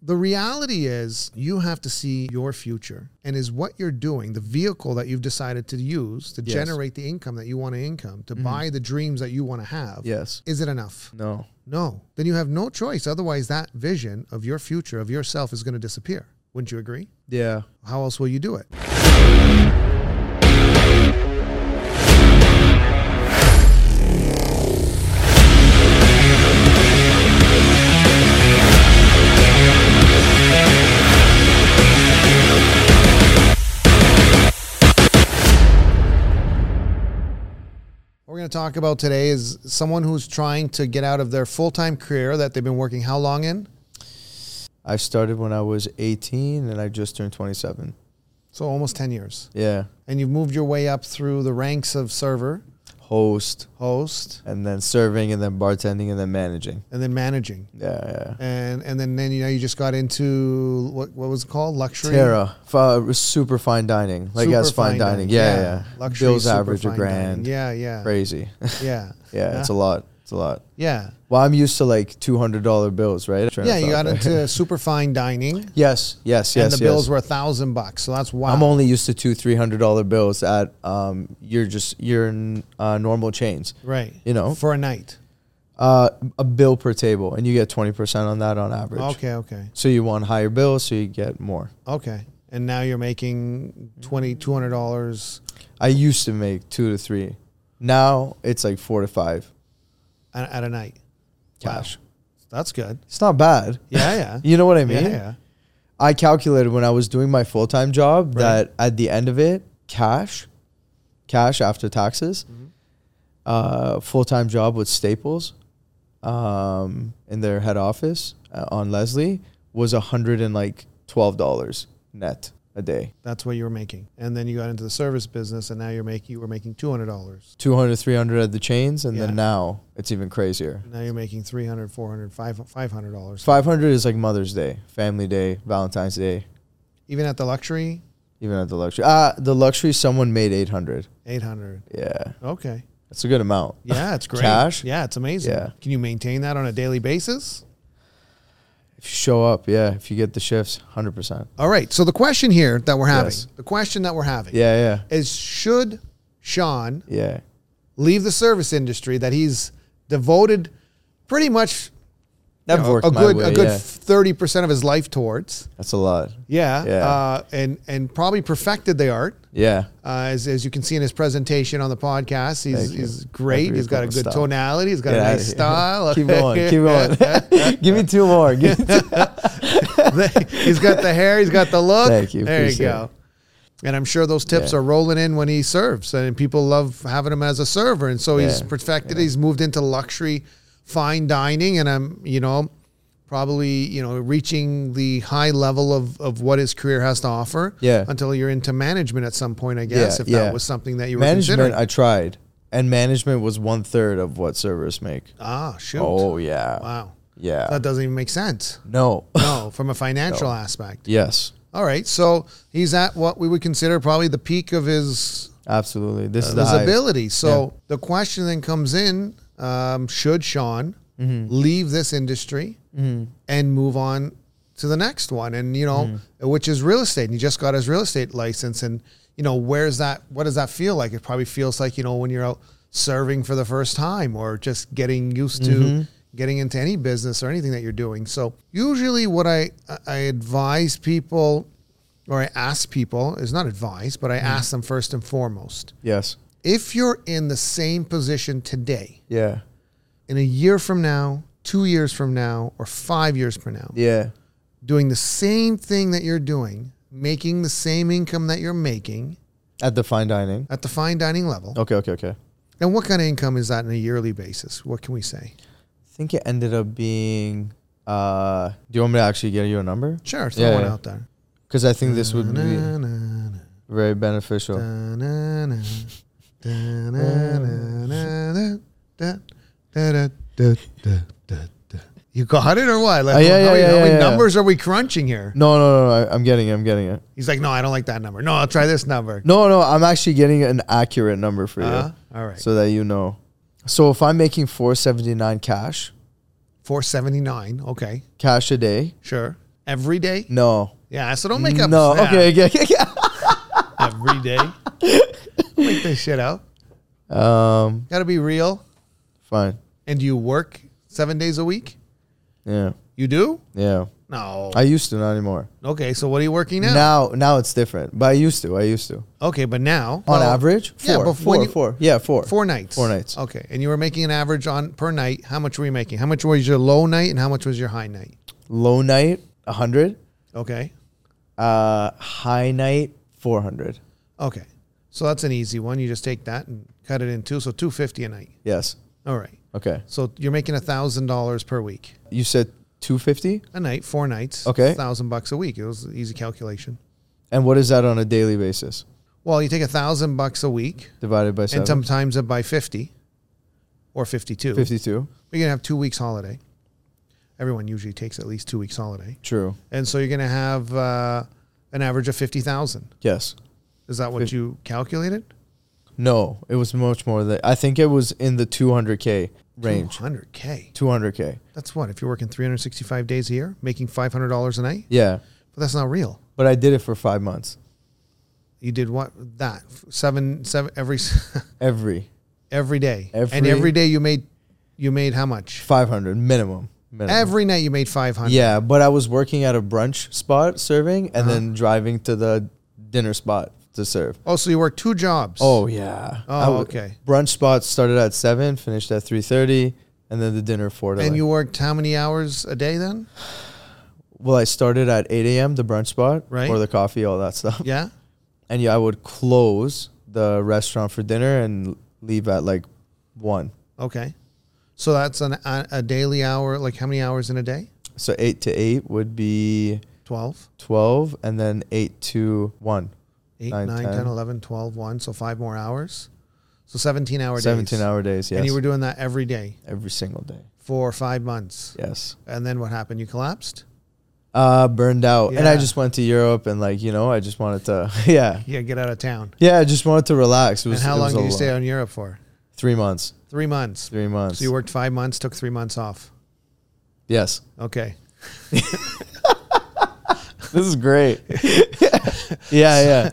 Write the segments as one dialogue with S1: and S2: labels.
S1: The reality is, you have to see your future. And is what you're doing the vehicle that you've decided to use to
S2: Yes.
S1: generate the income that you want to income, to buy the dreams that you want to have?
S2: Yes.
S1: Is it enough?
S2: No.
S1: No. Then you have no choice. Otherwise, that vision of your future, of yourself, is going to disappear. Wouldn't you agree?
S2: Yeah.
S1: How else will you do it? What we're going to talk about today is someone who's trying to get out of their full time career that they've been working how long in?
S2: I started when I was 18 and I just turned 27.
S1: So almost 10 years.
S2: Yeah.
S1: and you've moved your way up through the ranks of server,
S2: Host
S1: host,
S2: and then serving and then bartending and then managing.
S1: and then managing.
S2: Yeah. yeah.
S1: And and then, then you know you just got into what what was it called luxury
S2: Terra, fi- super fine dining, like
S1: Super
S2: as fine, dining. Yeah, yeah.
S1: luxury
S2: Bill's
S1: super
S2: average a
S1: fine dining.
S2: grand.
S1: yeah yeah
S2: Crazy.
S1: yeah
S2: yeah, it's a lot. It's a lot.
S1: yeah
S2: Well, I'm used to like two hundred dollar bills, right? Train
S1: yeah
S2: of
S1: you
S2: thought
S1: got
S2: there.
S1: into super fine dining and
S2: yes, yes, yes.
S1: the
S2: yes.
S1: bills were a thousand bucks so that's wow
S2: I'm only used to two three hundred dollar bills at um your just your n- uh, normal chains.
S1: right
S2: you know.
S1: for a night
S2: Uh, a bill per table, and you get twenty percent on that on average.
S1: okay okay
S2: So you want higher bills, so you get more.
S1: okay and now you're making twenty two hundred dollars
S2: I used to make two to three. Now it's like four to five
S1: at, at a night Wow.
S2: cash.
S1: that's good
S2: It's not bad.
S1: yeah yeah
S2: You know what I mean?
S1: yeah, yeah.
S2: I calculated when I was doing my full time job
S1: Right.
S2: that at the end of it, cash, cash after taxes,
S1: Mm-hmm.
S2: uh, full time job with Staples, um, in their head office uh, on Leslie was a hundred and like twelve dollars net a day,
S1: That's what you were making. And then you got into the service business and now you're making you were making two hundred dollars.
S2: 200, 300 at the chains, and
S1: Yeah.
S2: then now it's even crazier.
S1: Now you're making 300 400 500 dollars.
S2: Five hundred is like Mother's Day, Family Day, Valentine's Day,
S1: Even at the luxury,
S2: even at the luxury. Ah, the luxury someone made eight hundred.
S1: 800.
S2: Yeah,
S1: Okay.
S2: that's a good amount.
S1: Yeah, it's great.
S2: Cash?
S1: Yeah, it's amazing.
S2: Yeah.
S1: Can you maintain that on a daily basis?
S2: If you show up, yeah. If you get the shifts, hundred percent.
S1: All right. So the question here that we're having,
S2: Yes.
S1: the question that we're having
S2: Yeah,
S1: is should Sean
S2: yeah, yeah.
S1: leave the service industry that he's devoted pretty much
S2: That
S1: you know, a good a good 30% of his life towards?
S2: That's a lot.
S1: Yeah.
S2: Yeah.
S1: Uh, and and probably perfected the art.
S2: Yeah,
S1: Uh, as, as you can see in his presentation on the podcast, he's,
S2: Thank you.
S1: he's great.
S2: Every
S1: He's got a
S2: cool
S1: good
S2: style.
S1: tonality. He's got
S2: Get
S1: a
S2: outta
S1: nice
S2: here.
S1: style.
S2: keep going, keep going. Give me two more. Give me two.
S1: he's got the hair. He's got the look.
S2: Thank you.
S1: There you
S2: Appreciate
S1: go. And I'm sure those tips
S2: Yeah.
S1: are rolling in when he serves, and people love having him as a server. And so he's
S2: Yeah,
S1: perfected. it. He's moved into luxury, fine dining, and I'm you know probably you know reaching the high level of of what his career has to offer.
S2: Yeah.
S1: Until you're into management at some point, I guess if
S2: yeah.
S1: that was something that you were
S2: Management,
S1: considering.
S2: I tried, and management was one third of what servers make.
S1: Ah, shoot.
S2: Oh yeah,
S1: Wow.
S2: yeah.
S1: That doesn't even make sense.
S2: no.
S1: No, from a financial aspect.
S2: yes,
S1: All right. So he's at what we would consider probably the peak of his,
S2: absolutely. This is the
S1: his
S2: highest.
S1: ability. So the question then comes in um, should Sean leave this industry and move on to the next one? And, you know, which is real estate. And he just got his real estate license. And, you know, where's that? What does that feel like? It probably feels like, you know, when you're out serving for the first time or just getting used to getting into any business or anything that you're doing. So usually what I, I advise people or I ask people is not advice, but I ask them first and foremost.
S2: Yes.
S1: If you're in the same position today,
S2: Yeah.
S1: in a year from now, two years from now, or five years from now,
S2: Yeah.
S1: doing the same thing that you're doing, making the same income that you're making
S2: At the fine dining.
S1: at the fine dining level,
S2: Okay. Okay. Okay.
S1: then what kind of income is that on a yearly basis? What can we say?
S2: I think it ended up being. Uh, do you want me to actually get you a number?
S1: Sure, throw
S2: Yeah,
S1: one
S2: yeah.
S1: out there.
S2: Because I think this would be
S1: Na, na, na.
S2: very beneficial.
S1: Da-na-na, da-na-na-na-na, da- da-da-da-da-da-da. You got it or what? Like,
S2: Oh, yeah,
S1: how,
S2: yeah,
S1: many- how
S2: yeah,
S1: many
S2: yeah, yeah.
S1: numbers are we crunching here?
S2: No, no, no, no. I- I'm getting it. I'm getting it.
S1: He's like, no, I don't like that number. No, I'll try this number.
S2: No, no. I'm actually getting an accurate number for
S1: Uh,
S2: you,
S1: all right,
S2: so that you know. So if I'm making 479 cash,
S1: four seventy nine. Okay,
S2: cash a day,
S1: sure. every day?
S2: No.
S1: Yeah, so don't make up.
S2: no.
S1: yeah,
S2: Okay. Okay. Okay. yeah.
S1: every day. Don't make this shit up.
S2: Um.
S1: Got to be real.
S2: Fine.
S1: And do you work seven days a week?
S2: Yeah.
S1: You do?
S2: Yeah.
S1: No.
S2: I used to, not anymore.
S1: okay, so what are you working now?
S2: Now, now it's different. But I used to. I used to.
S1: Okay, but now
S2: On
S1: well,
S2: average, four.
S1: yeah, but when
S2: four,
S1: you-
S2: four. Yeah, four.
S1: four nights.
S2: Four nights.
S1: Okay, and you were making an average on per night. How much were you making? How much was your low night and how much was your high night?
S2: Low night, hundred.
S1: Okay,
S2: Uh, high night, four hundred.
S1: okay, so that's an easy one. You just take that and cut it in two. So two fifty a night.
S2: Yes.
S1: All right.
S2: Okay.
S1: So you're making a thousand dollars per week
S2: You said two fifty.
S1: a night, four nights.
S2: Okay.
S1: thousand bucks a week. It was an easy calculation.
S2: And what is that on a daily basis?
S1: Well, you take a thousand bucks a week
S2: Divided by seven.
S1: and sometimes it by fifty or fifty-two.
S2: Fifty-two.
S1: You're gonna have two weeks holiday. Everyone usually takes at least two weeks holiday.
S2: True.
S1: and so you're going to have uh, an average of 50,000.
S2: Yes.
S1: Is that what you calculated?
S2: No. It was much more than. I think it was in the two hundred k range.
S1: 200K.
S2: Two hundred k.
S1: That's what? If you're working 365 days a year, making $500 a night?
S2: Yeah.
S1: But that's not real.
S2: But I did it for five months.
S1: You did what? That. Seven, seven, every,
S2: Every
S1: every day. and
S2: Every-
S1: every day you made, you made how much?
S2: five hundred minimum. Minimum.
S1: Every night you made 500.
S2: Yeah, but I was working at a brunch spot serving and then driving to the dinner spot to serve.
S1: Oh, so you worked two jobs.
S2: Oh yeah.
S1: Oh,
S2: I w-
S1: okay.
S2: Brunch spot started at seven, finished at three thirty, and then the dinner four to.
S1: And
S2: like-
S1: you worked how many hours a day then?
S2: well, I started at eight a.m. the brunch spot,
S1: Right.
S2: for the coffee, all that stuff,
S1: Yeah.
S2: and yeah, I would close the restaurant for dinner and leave at like one,
S1: Okay. So that's an, a, a daily hour. Like how many hours in a day?
S2: so eight to eight would be
S1: 12.
S2: twelve, and then eight to one.
S1: 8,
S2: Nine,
S1: 9, 10,
S2: ten.
S1: 11, 12, 1. So five more hours. So 17 hour days.
S2: 17 hour days, yes.
S1: And you were doing that every day
S2: Every single day,
S1: for five months.
S2: yes.
S1: And then what happened? You collapsed?
S2: Uh, burned out. And I
S1: Yeah.
S2: just went to Europe and like, you know, I just wanted to, yeah.
S1: Yeah, get out of town.
S2: Yeah, I just wanted to relax. It was,
S1: and how
S2: it
S1: long
S2: was
S1: did
S2: a
S1: you stay
S2: lot.
S1: on Europe for?
S2: Three months.
S1: Three months.
S2: Three months.
S1: So you worked five months, took three months off.
S2: yes.
S1: Okay.
S2: This is great. yeah, yeah.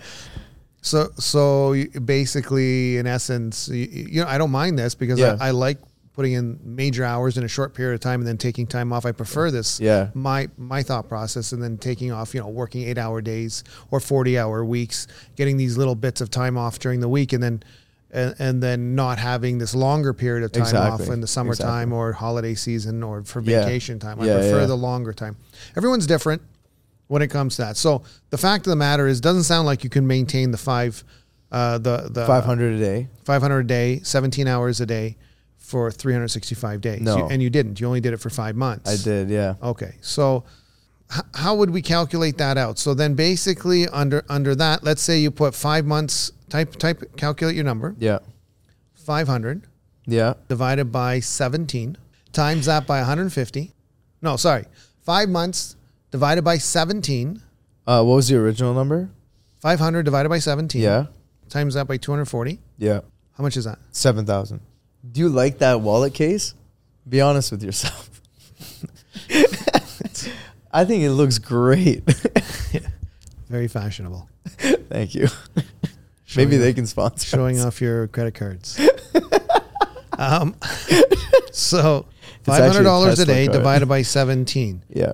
S1: So, so you- basically, in essence, you, you know, I don't mind this because
S2: Yeah.
S1: I, I like putting in major hours in a short period of time and then taking time off. I prefer this.
S2: Yeah.
S1: My my thought process, and then taking off, you know, working eight hour days or forty hour weeks, getting these little bits of time off during the week, and then. And, and then not having this longer period of time off
S2: Exactly.
S1: in the summertime or holiday season or for
S2: Yeah.
S1: vacation time. I
S2: Yeah,
S1: prefer
S2: yeah.
S1: the longer time. Everyone's different when it comes to that. So the fact of the matter is, doesn't sound like you can maintain the five, uh, the the
S2: 500 a day.
S1: 500 a day, seventeen hours a day, for three hundred sixty five days.
S2: No.
S1: You- and you didn't. You only did it for five months.
S2: I did, yeah.
S1: Okay, so h- how would we calculate that out? So then, basically, under under that, let's say you put five months. Type type calculate your number.
S2: Yeah.
S1: Five hundred
S2: Yeah.
S1: divided by 17 times that by 150 no sorry 5 months divided by 17
S2: Uh, what was the original number?
S1: 500 divided by 17
S2: Yeah.
S1: times that by 240
S2: Yeah.
S1: how much is that
S2: 7,000. Do you like that wallet case? Be honest with yourself. I think it looks great.
S1: very fashionable
S2: Thank you. Maybe
S1: Showing
S2: they
S1: off-
S2: can sponsor.
S1: showing off your credit cards um, so
S2: actually a
S1: $500 a
S2: Tesla
S1: day
S2: card.
S1: divided by 17
S2: Yeah.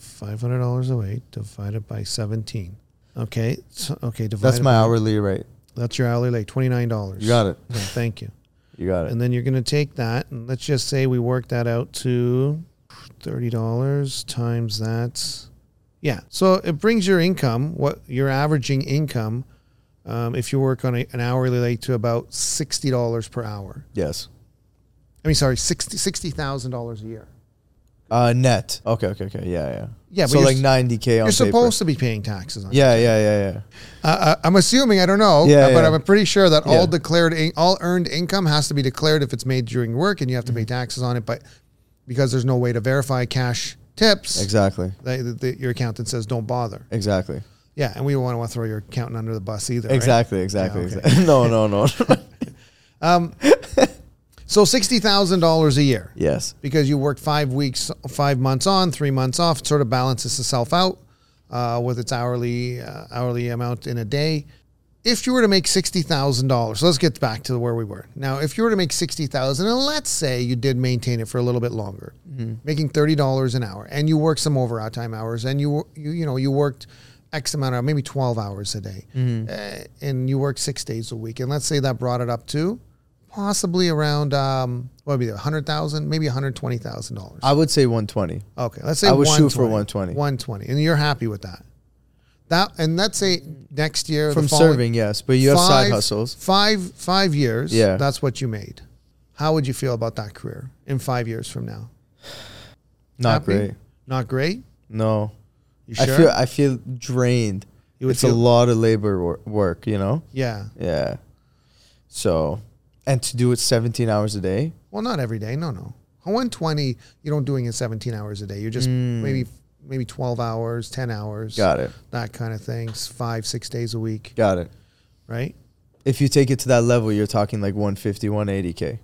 S1: $500 a week divided by 17 okay so, okay divided
S2: That's my
S1: by-
S2: hourly rate.
S1: that's your hourly rate $29
S2: You got it.
S1: Okay, thank you
S2: You got it.
S1: And then you're going to take that, and let's just say we work that out to $30 times that. Yeah. So it brings your income, what your averaging income, um, if you work on a, an hourly rate, to about $60 per hour.
S2: Yes.
S1: I mean, sorry, 60 $60,000 a year.
S2: Uh, net. Okay. Okay. Okay. Yeah. Yeah.
S1: Yeah, but
S2: so
S1: you're
S2: like
S1: s-
S2: ninety k on
S1: You're
S2: paper.
S1: supposed to be paying taxes on it.
S2: Yeah. Yeah. Yeah. Yeah.
S1: Uh, I'm assuming, I don't know,
S2: Yeah,
S1: uh, but
S2: yeah.
S1: I'm pretty sure that all
S2: Yeah.
S1: declared, in, all earned income has to be declared if it's made during work and you have to
S2: Mm-hmm.
S1: pay taxes on it. But because there's no way to verify cash tips,
S2: Exactly.
S1: they, the, your accountant says don't bother.
S2: Exactly.
S1: Yeah, and we don't want to throw your accountant under the bus either. right?
S2: Exactly. Exactly.
S1: okay.
S2: exactly. no. No. No.
S1: Um, So sixty thousand dollars a year
S2: Yes.
S1: because you worked five weeks, five months on, three months off. It sort of balances itself out uh, with its hourly uh, hourly amount in a day. If you were to make sixty thousand dollars, so let's get back to where we were. Now, if you were to make sixty thousand, and let's say you did maintain it for a little bit longer,
S2: Mm-hmm.
S1: making thirty dollars an hour, and you worked some over time hours, and you you you know you worked x amount of maybe twelve hours a day,
S2: Mm-hmm.
S1: uh, and you worked six days a week, and let's say that brought it up to possibly around um, what would be a hundred thousand, maybe one hundred twenty thousand dollars.
S2: I would say 120.
S1: Okay, let's say
S2: I would shoot for 120.
S1: One twenty, and you're happy with that. That and let's say next year the
S2: From
S1: following-
S2: serving, yes, but you have side
S1: five-
S2: hustles.
S1: Five five years.
S2: Yeah.
S1: that's what you made. How would you feel about that career in five years from now?
S2: Not
S1: Happy?
S2: great.
S1: Not great.
S2: No.
S1: You sure?
S2: I feel I feel drained.
S1: You would
S2: it's a
S1: feel-
S2: lot of labor wor- work, you know?
S1: yeah.
S2: Yeah. So, and to do it 17 hours a day?
S1: Well, not every day. No, no. One twenty. You don't doing it seventeen hours a day. You're just maybe maybe twelve hours, ten hours.
S2: Mm. Got it.
S1: That kind of things. Five six days a week.
S2: Got it.
S1: Right.
S2: If you take it to that level, you're talking like 150, 180k.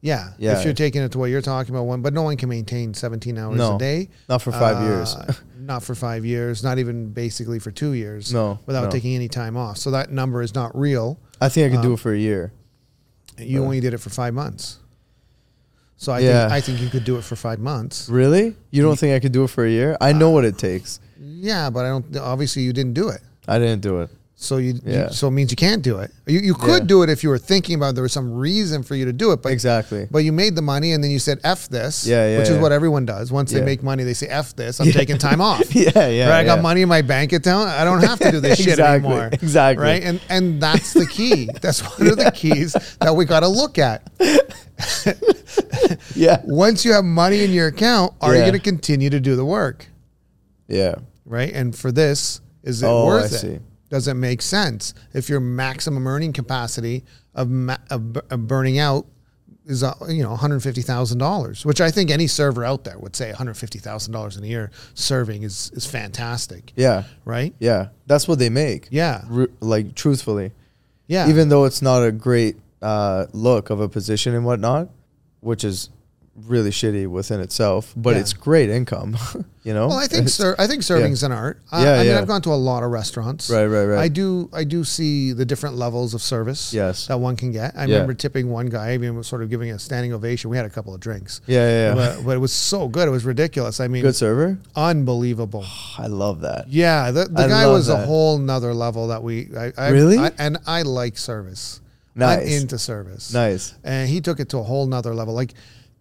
S1: Yeah,
S2: Yeah.
S1: If you're taking it to what you're talking about, one, but no one can maintain 17 hours
S2: No.
S1: a day.
S2: Not for 5 years.
S1: Uh, not for five years. Not even basically for two years.
S2: No,
S1: Without
S2: no.
S1: taking any time off. So that number is not real.
S2: I think I could do
S1: Um,
S2: it for a year.
S1: You only did it for five months. So I
S2: Yeah.
S1: think I think you could do it for five months.
S2: Really? You don't think I could do it for a year? I know what it takes.
S1: Yeah, but I don't. Obviously, you didn't do it.
S2: I didn't do it.
S1: So you, you-
S2: Yeah.
S1: so it means you can't do it. You, you could
S2: Yeah.
S1: do it if you were thinking about it, there was some reason for you to do it, but
S2: Exactly.
S1: But you made the money and then you said F this,
S2: Yeah, yeah,
S1: which is
S2: yeah.
S1: what everyone does. Once
S2: Yeah.
S1: they make money, they say F this. I'm
S2: Yeah.
S1: taking time off.
S2: Yeah, yeah.
S1: right? I
S2: yeah.
S1: got money in my bank account. I don't have to do this shit
S2: Exactly,
S1: anymore.
S2: exactly.
S1: Right. And and that's the key. that's one of the keys that we got to look at.
S2: Yeah.
S1: Once you have money in your account, are you
S2: Yeah.
S1: going to continue to do the work?
S2: Yeah.
S1: Right. And for this, is it
S2: Oh,
S1: worth
S2: I
S1: it?
S2: see.
S1: Does it make sense if your maximum earning capacity of, ma- of, bu- of burning out is uh, you know one hundred fifty thousand dollars, which I think any server out there would say one hundred fifty thousand dollars in a year serving is is fantastic,
S2: Yeah.
S1: right?
S2: Yeah. That's what they make.
S1: Yeah,
S2: Ru- like truthfully.
S1: yeah.
S2: even though it's not a great uh, look of a position and whatnot, which is really shitty within itself, but
S1: Yeah.
S2: it's great income, you know.
S1: Well, I think
S2: It's-
S1: sir, I think serving's an art. I,
S2: Yeah,
S1: I mean,
S2: yeah.
S1: I've gone to a lot of restaurants.
S2: Right, right, right.
S1: I do, I do see the different levels of service.
S2: Yes.
S1: that one can get. I
S2: Yeah.
S1: remember tipping one guy. I mean, was sort of giving a standing ovation. We had a couple of drinks.
S2: Yeah, yeah, yeah.
S1: But, but it was so good. It was ridiculous. I mean,
S2: good server.
S1: unbelievable.
S2: I love that.
S1: Yeah, the, the
S2: I
S1: guy
S2: love
S1: was a
S2: that.
S1: whole nother level that we. I, I,
S2: Really?
S1: I, and I like service. I'm
S2: Nice.
S1: into service.
S2: Nice.
S1: And he took it to a whole nother level. Like,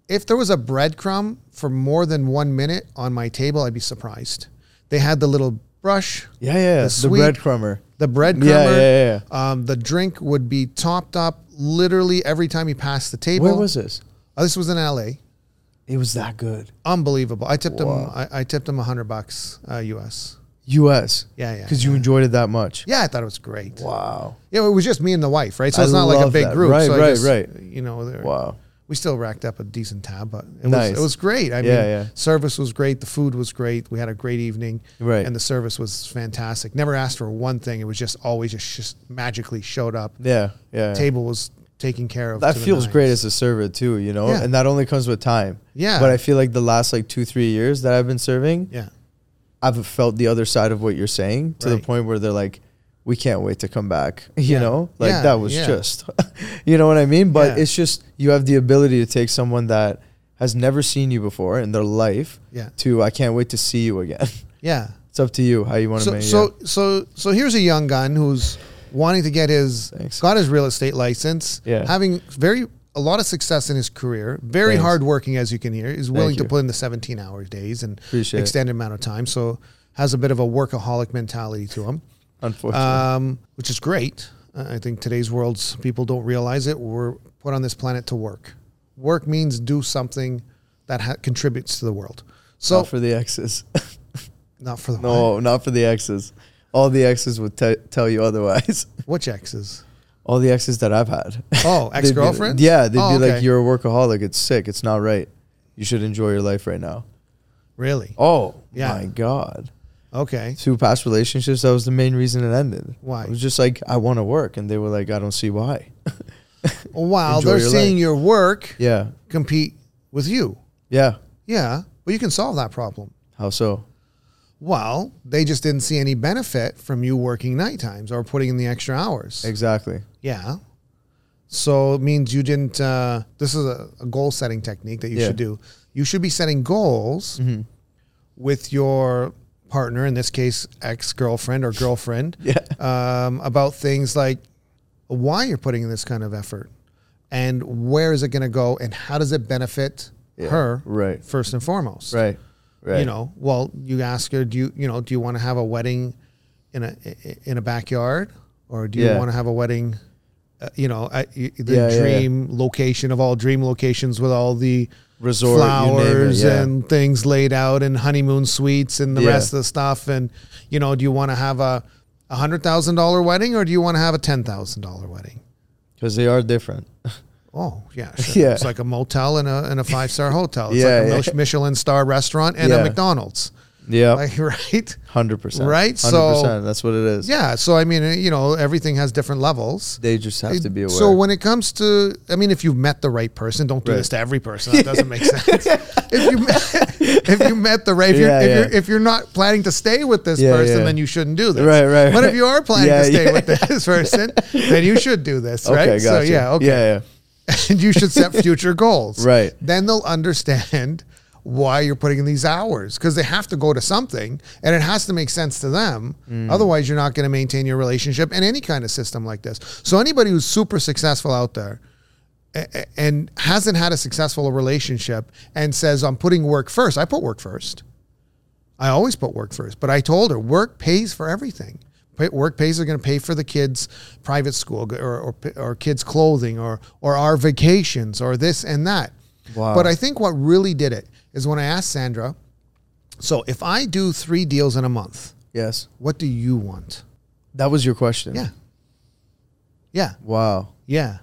S1: if there was a breadcrumb for more than one minute on my table, I'd be surprised. They had the little brush,
S2: Yeah, yeah. The,
S1: sweet-
S2: breadcrumber.
S1: the breadcrumber.
S2: Yeah, yeah,
S1: Um, the drink would be topped up literally every time he passed the table.
S2: Where was this?
S1: Oh, this was in LA.
S2: It was that good.
S1: Unbelievable. I tipped him.
S2: Wow.
S1: I, I tipped him hundred bucks uh, U.S.
S2: U.S.
S1: Yeah, yeah.
S2: Because you enjoyed it that much.
S1: Yeah, I thought it was great.
S2: Wow.
S1: Yeah, it was just me and the wife, right? So
S2: I
S1: it's not like a
S2: love
S1: big
S2: that.
S1: group.
S2: Right,
S1: so I
S2: right,
S1: just,
S2: right.
S1: You know, there-
S2: Wow.
S1: we still racked up a decent tab, but it
S2: Nice.
S1: was it was great. I mean,
S2: Yeah, yeah.
S1: service was great, the food was great, we had a great evening,
S2: Right.
S1: And the service was fantastic. Never asked for one thing; it was just always just, just magically showed up.
S2: Yeah, yeah.
S1: Table was taken care of.
S2: that
S1: to the
S2: feels
S1: nines.
S2: great as a server too, you know,
S1: Yeah.
S2: and that only comes with time.
S1: Yeah.
S2: But I feel like the last like two, three years that I've been serving,
S1: Yeah,
S2: I've felt the other side of what you're saying to the
S1: Right.
S2: point where they're like, we can't wait to come back. You know, like
S1: Yeah,
S2: that was
S1: yeah.
S2: just, you know what I mean? But
S1: Yeah.
S2: it's just, you have the ability to take someone that has never seen you before in their life
S1: Yeah.
S2: to, I can't wait to see you again.
S1: yeah.
S2: it's up to you how you want to
S1: So
S2: make
S1: so
S2: it.
S1: so so here's a young gun who's wanting to get his
S2: Thanks.
S1: got his real estate license.
S2: Yeah.
S1: having very a lot of success in his career. Very
S2: Thanks.
S1: hardworking, as you can hear. Is willing
S2: Thank
S1: to
S2: you.
S1: put in the 17 hour days and
S2: Appreciate it.
S1: extended amount of time. So has a bit of a workaholic mentality to him,
S2: Unfortunately.
S1: um, which is great. Uh, I think today's world's people don't realize it. We're put on this planet to work. Work means do something that ha- contributes to the world. So
S2: not for the exes.
S1: not for the
S2: no, not for the exes. All the exes would te- tell you otherwise.
S1: which exes.
S2: All the exes that I've had.
S1: Oh,
S2: They'd be like-
S1: ex-girlfriends?
S2: yeah, they'd
S1: Oh,
S2: be
S1: okay.
S2: like, "You're a workaholic. It's sick. It's not right. You should enjoy your life right now."
S1: Really?
S2: Oh,
S1: Yeah.
S2: my god!
S1: Okay.
S2: Two past relationships. That was the main reason it ended.
S1: Why?
S2: It was just like I want to work, and they were like, "I don't see why."
S1: while
S2: Enjoy
S1: they're
S2: your
S1: seeing
S2: life.
S1: your work
S2: Yeah.
S1: compete with you.
S2: Yeah.
S1: Yeah, well, you can solve that problem.
S2: How so?
S1: Well, they just didn't see any benefit from you working night times or putting in the extra hours.
S2: Exactly.
S1: Yeah. So it means you didn't. Uh, this is a, a goal setting technique that you
S2: Yeah. Mm-hmm.
S1: should do. You should be setting goals with your partner, in this case, ex girlfriend or girlfriend,
S2: Yeah.
S1: um, about things like why you're putting in this kind of effort and where is it going to go and how does it benefit
S2: Yeah.
S1: her
S2: Right.
S1: first and foremost
S2: Right. Right.
S1: you know well you ask her do you you know do you want to have a wedding in a in a backyard or do you
S2: Yeah.
S1: want to have a wedding uh, you know at y- the
S2: Yeah, yeah, yeah.
S1: dream location of all dream locations with all the
S2: Resort, you name it,
S1: flowers
S2: yeah.
S1: and things laid out and honeymoon suites and the
S2: Yeah.
S1: rest of the stuff and you know do you want to have a a hundred thousand dollar wedding or do you want to have a ten thousand dollar wedding
S2: Because they are different.
S1: Oh yeah, sure.
S2: Yeah.
S1: It's like a motel and a, and a five star hotel. It's
S2: Yeah,
S1: like a
S2: yeah.
S1: Mich- Michelin star restaurant and
S2: Yeah.
S1: a McDonald's.
S2: yeah.
S1: Like, right?
S2: Hundred percent.
S1: Right? So-
S2: Hundred percent. That's what it is.
S1: Yeah. So I mean, uh, you know, everything has different levels.
S2: They just have to be aware.
S1: So when it comes to, I mean, if you've met the right person, don't do
S2: Right.
S1: this to every person. That doesn't make sense. if you met, if you met the right, if,
S2: Yeah,
S1: you're, if,
S2: yeah.
S1: You're, if you're not planning to stay with this
S2: Yeah,
S1: person,
S2: yeah.
S1: then you shouldn't do this.
S2: Right, right,
S1: But if
S2: right.
S1: you are planning
S2: Yeah,
S1: to stay
S2: yeah.
S1: with this person, then you should do this, right?
S2: okay, gotcha.
S1: So yeah, okay.
S2: Yeah,
S1: and you should set future goals.
S2: Right.
S1: Then they'll understand why you're putting in these hours because they have to go to something and it has to make sense to them. Otherwise, you're not going to maintain your relationship in any kind of system like this. So, anybody who's super successful out there a- a- and hasn't had a successful relationship and says, I'm putting work first, I put work first. I always put work first, but I told her work pays for everything. Pa- Work pays are going to pay for the kids' private school or, or, or kids' clothing or, or our vacations or this and that.
S2: Wow.
S1: But I think what really did it is when I asked Sandra, so if I do three deals in a month,
S2: Yes.
S1: what do you want?
S2: That was your question.
S1: Yeah. Yeah.
S2: Wow.
S1: Yeah.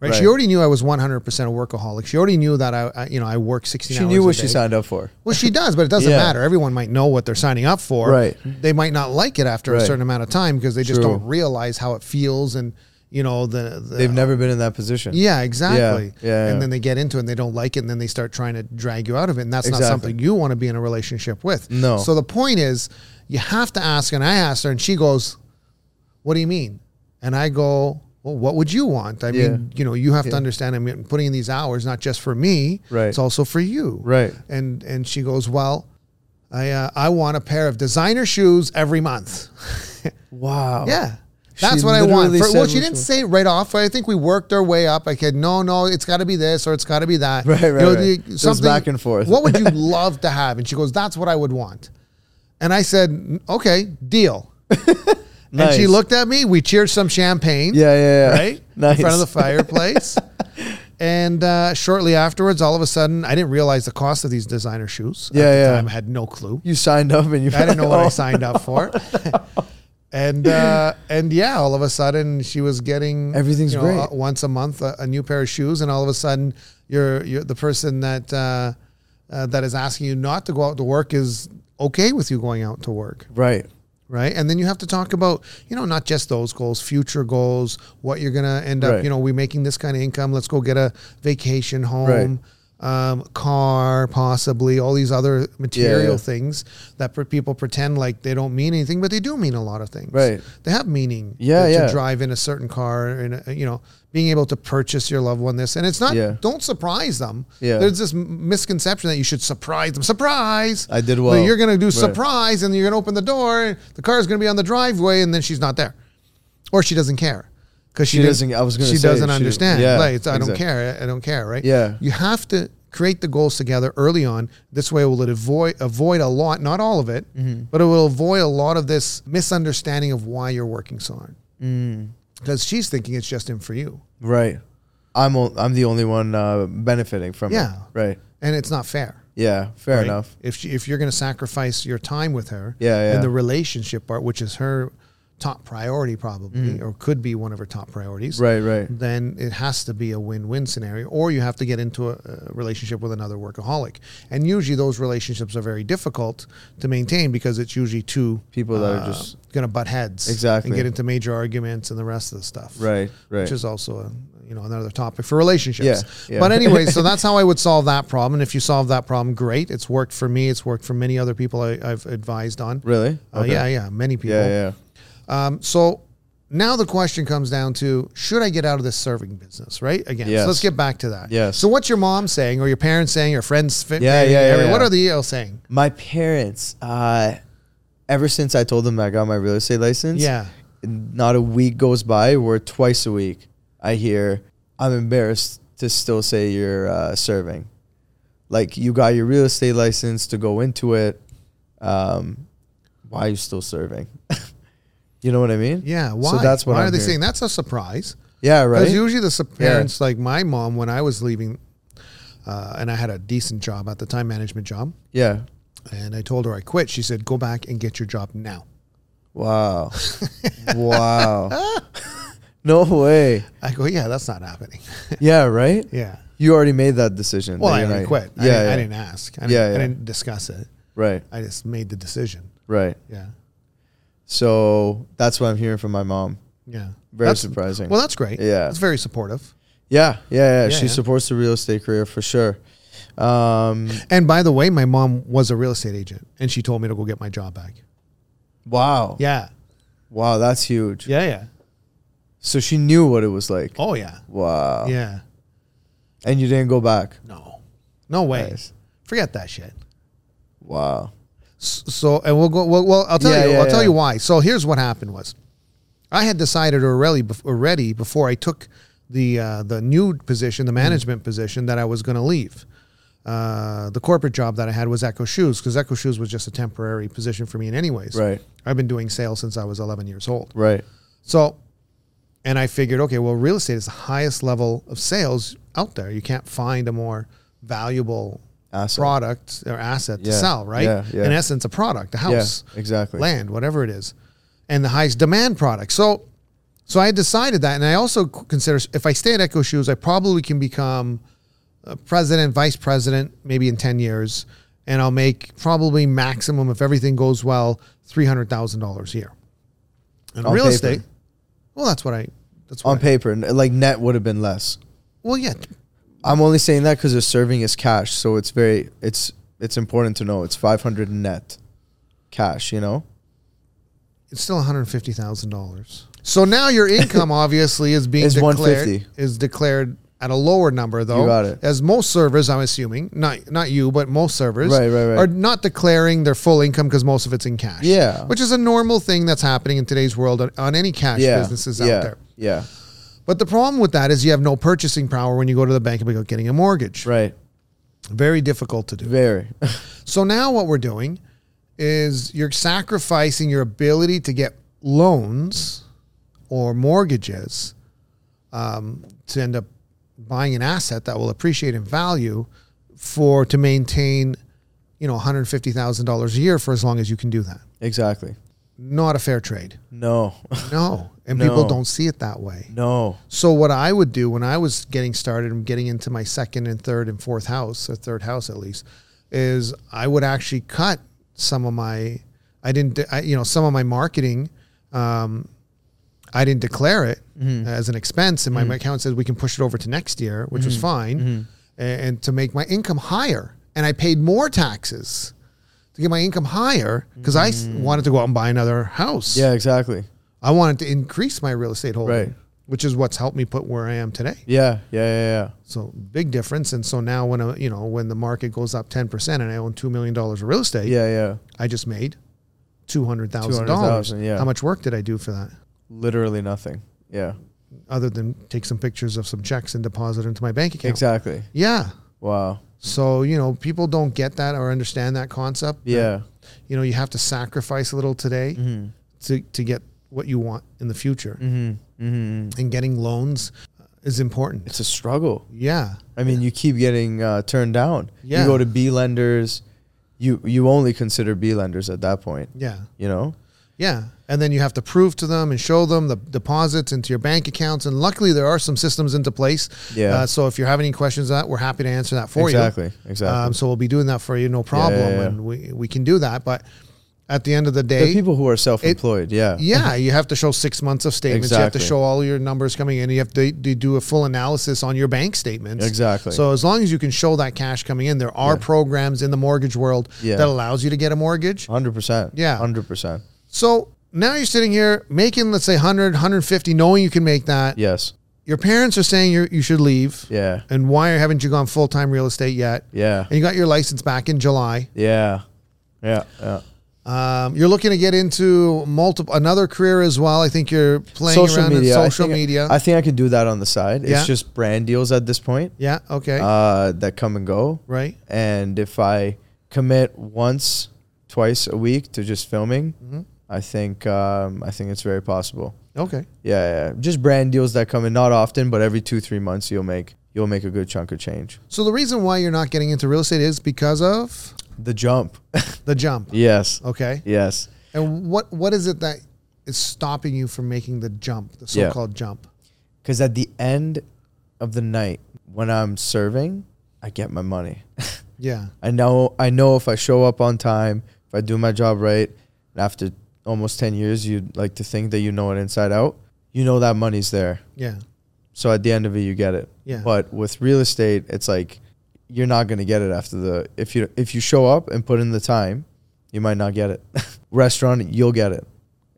S1: Right.
S2: Right.
S1: She already knew I was 100% a workaholic. She already knew that I, I you know, I work 16
S2: She
S1: hours
S2: knew
S1: a
S2: what she
S1: day.
S2: signed up for.
S1: Well, she does, but it doesn't
S2: Yeah.
S1: matter. Everyone might know what they're signing up for.
S2: Right.
S1: They might not like it after
S2: Right.
S1: a certain amount of time because they just
S2: True.
S1: don't realize how it feels and you know the, the
S2: They've never been in that position.
S1: yeah exactly
S2: yeah,
S1: and
S2: yeah.
S1: then they get into it and they don't like it and then they start trying to drag you out of it and that's
S2: Exactly.
S1: not something you want to be in a relationship with
S2: No.
S1: so the point is you have to ask and I asked her and she goes what do you mean and I go well what would you want I
S2: Yeah.
S1: mean you know you have
S2: Yeah.
S1: to understand I'm putting in these hours not just for me
S2: Right.
S1: it's also for you
S2: Right.
S1: and and she goes, "Well, I uh, I want a pair of designer shoes every month."
S2: Wow.
S1: yeah. That's
S2: She
S1: what I want.
S2: literally
S1: For- well,
S2: said
S1: she
S2: which
S1: didn't
S2: one.
S1: say it right off. I think we worked our way up. I said, no, no, it's got to be this or it's got to be that.
S2: Right, right, right.
S1: the-
S2: It was back and forth.
S1: what would you love to have? And she goes, that's what I would want. And I said, okay, deal. And she
S2: Nice.
S1: looked at me. We cheered some champagne
S2: Yeah. Yeah. yeah.
S1: right?
S2: Nice.
S1: In front of the fireplace. and uh, shortly afterwards, all of a sudden, I didn't realize the cost of these designer shoes.
S2: Yeah,
S1: at the
S2: yeah.
S1: time. I had no clue.
S2: you signed up and you.
S1: I didn't know what
S2: Oh,
S1: I signed up for. and uh, and yeah, all of a sudden, she was getting
S2: Everything's
S1: you
S2: great.
S1: uh, once a month a, a new pair of shoes, and all of a sudden, you're you're the person that uh, uh, that is asking you not to go out to work is okay with you going out to work
S2: Right.
S1: right? And then you have to talk about, you know, not just those goals, future goals, what you're gonna end up.
S2: Right.
S1: You know, we're making this kind of income. Let's go get a vacation home, um, car, possibly all these other material
S2: yeah.
S1: things that per- people pretend like they don't mean anything, but they do mean a lot of things.
S2: Right.
S1: They have meaning.
S2: Yeah,
S1: to,
S2: yeah.
S1: To drive in a certain car, and uh, you know, being able to purchase your loved one this, and it's not.
S2: Yeah.
S1: Don't surprise them.
S2: Yeah.
S1: There's this m- misconception that you should surprise them. Surprise.
S2: I did
S1: But
S2: well.
S1: You're gonna do
S2: Right.
S1: surprise surprise and you're going to open the door and the car's going to be on the driveway and then she's not there or she doesn't care because she,
S2: She
S1: didn't-
S2: doesn't- I was gonna
S1: she
S2: say,
S1: doesn't
S2: she-
S1: understand
S2: yeah,
S1: like it's, i don't
S2: exact-
S1: care i don't care right
S2: Yeah.
S1: you have to create the goals together early on this way will it avoid avoid a lot not all of it
S2: Mm-hmm.
S1: but it will avoid a lot of this misunderstanding of why you're working so hard
S2: Mm.
S1: because she's thinking it's just in for you
S2: Right. I'm o- I'm the only one uh, benefiting from it.
S1: Yeah.
S2: Right.
S1: and it's not fair
S2: Yeah. Fair
S1: right?
S2: enough.
S1: If she, if you're going to sacrifice your time with her,
S2: Yeah, yeah.
S1: and the relationship part, which is her top priority probably or could be one of her top priorities
S2: Mm. Right, right.
S1: then it has to be a win-win scenario or you have to get into a, a relationship with another workaholic and usually those relationships are very difficult to maintain because it's usually two uh,
S2: People that are just-
S1: gonna butt heads
S2: Exactly.
S1: and get into major arguments and the rest of the stuff
S2: Right, right.
S1: which is also a, you know another topic for relationships.
S2: Yeah, yeah.
S1: But anyway, so that's how I would solve that problem. And if you solve that problem, great. It's worked for me. It's worked for many other people I, I've advised on.
S2: really?
S1: Uh, yeah, yeah, many people.
S2: Oh, Yeah, yeah.
S1: Um, so now the question comes down to should I get out of this serving business, right? Again, so
S2: Yes.
S1: let's get back to that.
S2: Yes.
S1: So what's your mom saying, or your parents saying, or friends? Fi-
S2: Yeah,
S1: family,
S2: yeah, yeah,
S1: everyone- What
S2: yeah.
S1: are the EL saying?
S2: My parents, uh, ever since I told them I got my real estate license,
S1: Yeah.
S2: not a week goes by where twice a week I hear, I'm embarrassed to still say you're uh, serving. Like, you got your real estate license to go into it. Um, why are you still serving? you know what I mean?
S1: Yeah. Why?
S2: So that's what
S1: why
S2: I'm
S1: are they
S2: hearing.
S1: saying? That's a surprise.
S2: Yeah, right?
S1: Because usually the sup-
S2: Yeah.
S1: parents, like my mom, when I was leaving, uh, and I had a decent job at the time, management job,
S2: yeah.
S1: and I told her I quit. She said, "Go back and get your job now."
S2: Wow. wow. no way.
S1: I go, "Yeah, that's not happening."
S2: Yeah, right?
S1: yeah.
S2: You already made that decision.
S1: Well,
S2: that
S1: I
S2: you're
S1: already
S2: not-
S1: quit. I,
S2: Yeah,
S1: didn't,
S2: yeah.
S1: I didn't ask. I didn't,
S2: Yeah, yeah.
S1: I didn't discuss it.
S2: Right,
S1: I just made the decision.
S2: right.
S1: Yeah.
S2: So that's what I'm hearing from my mom.
S1: Yeah.
S2: Very
S1: That's-
S2: surprising.
S1: Well, that's great.
S2: Yeah.
S1: That's very supportive.
S2: yeah, yeah, yeah.
S1: Yeah,
S2: She
S1: yeah.
S2: supports the real estate career for sure. Um,
S1: And by the way, my mom was a real estate agent, and she told me to go get my job back.
S2: wow.
S1: Yeah.
S2: Wow, that's huge.
S1: Yeah. Yeah.
S2: So she knew what it was like.
S1: Oh yeah.
S2: Wow.
S1: Yeah.
S2: And you didn't go back.
S1: No. No way.
S2: Nice.
S1: Forget that shit.
S2: Wow.
S1: S- so and we'll go well, well i'll tell
S2: Yeah,
S1: you
S2: yeah,
S1: i'll tell
S2: yeah.
S1: you why so here's what happened was i had decided already bef- already before i took the uh, the new position
S2: Hmm.
S1: the management position that i was going to leave uh, the corporate job that i had was echo shoes because echo shoes was just a temporary position for me in anyways
S2: Right.
S1: i've been doing sales since i was 11 years old
S2: Right.
S1: so and i figured okay well real estate is the highest level of sales out there you can't find a more valuable
S2: Asset.
S1: product or asset to
S2: Yeah,
S1: sell, right?
S2: yeah, yeah.
S1: In essence, a product, a house,
S2: Yeah, exactly.
S1: land, whatever it is, and the highest demand product. So, so I decided that, and I also c- consider if I stay at Echo Shoes, I probably can become a president, vice president, maybe in ten years, and I'll make probably maximum if everything goes well, three hundred thousand dollars a year. And
S2: On
S1: real
S2: paper.
S1: estate, well, that's what I. That's what.
S2: On
S1: I-
S2: paper, n- like net would have been less.
S1: well, yeah,
S2: I'm only saying that because they're serving as cash, so it's very it's it's important to know it's 500 net cash. You know,
S1: it's still one hundred fifty thousand dollars. So now your income obviously is being
S2: Is
S1: declared
S2: 150.
S1: is declared at a lower number though.
S2: got it.
S1: As most servers, I'm assuming not not you, but most servers
S2: Right, right, right.
S1: are not declaring their full income because most of it's in cash.
S2: Yeah.
S1: which is a normal thing that's happening in today's world on, on any cash
S2: yeah,
S1: businesses
S2: yeah,
S1: out there.
S2: yeah,
S1: But the problem with that is you have no purchasing power when you go to the bank about getting a mortgage.
S2: right,
S1: Very difficult to do.
S2: very,
S1: So now what we're doing is you're sacrificing your ability to get loans or mortgages um, to end up buying an asset that will appreciate in value for to maintain, you know, one hundred fifty thousand dollars a year for as long as you can do that.
S2: exactly.
S1: Not a fair trade.
S2: No,
S1: No, and
S2: No.
S1: people don't see it that way.
S2: no,
S1: So what I would do when I was getting started and getting into my second and third and fourth house, or third house at least, is I would actually cut some of my, I didn't, de- I, you know, some of my marketing, um, I didn't declare it as an expense, and my account says we can push it over to next year, which was fine, a- and, to make my income higher, and I paid more taxes to get my income higher because I s- wanted to go out and buy another house.
S2: yeah, exactly.
S1: I wanted to increase my real estate holding,
S2: Right.
S1: which is what's helped me put where I am today.
S2: Yeah, yeah, yeah, yeah.
S1: So big difference. And so now when I, you know when the market goes up ten percent and I own two million dollars of real estate,
S2: Yeah, yeah.
S1: I just made two hundred thousand dollars.
S2: $200,000, yeah.
S1: How much work did I do for that?
S2: Literally nothing. Yeah,
S1: Other than take some pictures of some checks and deposit into my bank account.
S2: exactly.
S1: Yeah.
S2: Wow.
S1: So you know people don't get that or understand that concept. that,
S2: Yeah,
S1: you know you have to sacrifice a little today to to get what you want in the future.
S2: mm-hmm. Mm-hmm.
S1: And getting loans is important.
S2: it's a struggle.
S1: Yeah.
S2: I mean, you keep getting uh, turned down.
S1: Yeah.
S2: You go to B lenders. You you only consider B lenders at that point.
S1: Yeah.
S2: You know.
S1: Yeah. And then you have to prove to them and show them the deposits into your bank accounts. And luckily, there are some systems into place.
S2: Yeah.
S1: Uh, so if you have any questions on that, we're happy to answer that for you.
S2: exactly. Exactly.
S1: Um, so we'll be doing that for you, no problem.
S2: yeah.
S1: And we, we can do that. But at the end of the
S2: the
S1: day,
S2: people who are self-employed. yeah.
S1: yeah, you have to show six months of statements. You have to
S2: Exactly.
S1: show all your numbers coming in. You have to, to do a full analysis on your bank statements.
S2: Exactly.
S1: So as long as you can show that cash coming in, there are programs in the mortgage world
S2: Yeah.
S1: that allows you to get a mortgage.
S2: Hundred percent.
S1: Yeah.
S2: Hundred percent.
S1: So now you're sitting here making, let's say, 100, 150, knowing you can make that.
S2: Yes.
S1: Your parents are saying you you should leave.
S2: Yeah.
S1: And why haven't you gone full time real estate yet?
S2: Yeah.
S1: And you got your license back in July.
S2: Yeah. Yeah. Yeah.
S1: Um, you're looking to get into multiple another career as well. I think you're playing around in
S2: I
S1: social
S2: think-
S1: media.
S2: I think I could do that on the side.
S1: Yeah.
S2: It's just brand deals at this point
S1: yeah. Okay.
S2: uh, that come and go.
S1: right.
S2: And if I commit once, twice a week to just filming, I think um, I think it's very possible.
S1: Okay.
S2: Yeah, yeah. Just brand deals that come in not often, but every two three months you'll make you'll make a good chunk of change.
S1: So the reason why you're not getting into real estate is because of
S2: The jump.
S1: the jump.
S2: yes.
S1: Okay.
S2: Yes.
S1: And what what is it that is stopping you from making the jump, the
S2: Yeah.
S1: so-called jump?
S2: Because at the end of the night, when I'm serving, I get my money.
S1: Yeah.
S2: I know I know if I show up on time, if I do my job right, and after almost ten years, you'd like to think that you know it inside out. You know that money's there.
S1: Yeah.
S2: So at the end of it, you get it.
S1: Yeah.
S2: But with real estate, it's like you're not gonna get it after the if you if you show up and put in the time, you might not get it. Restaurant, you'll get it.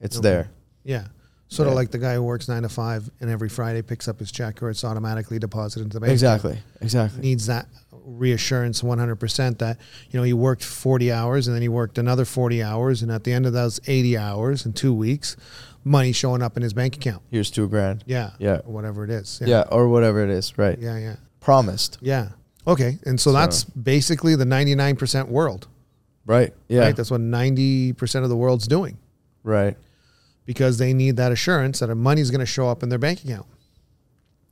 S2: It's
S1: Okay.
S2: there.
S1: Yeah. Sort of
S2: Yeah.
S1: like the guy who works nine to five and every Friday picks up his check or it's automatically deposited into the bank. account.
S2: Exactly. Exactly.
S1: Needs that reassurance 100% that, you know, he worked 40 hours and then he worked another 40 hours. And at the end of those 80 hours in two weeks, money showing up in his bank account.
S2: Here's two grand.
S1: Yeah.
S2: Yeah.
S1: Or whatever it is.
S2: Yeah, or whatever it is. Right.
S1: Yeah. Yeah.
S2: Promised.
S1: Yeah. Okay. And so, that's basically the 99% world,
S2: Right. Yeah.
S1: right? That's what 90% of the world's doing
S2: right.
S1: because they need that assurance that a money's going to show up in their bank account.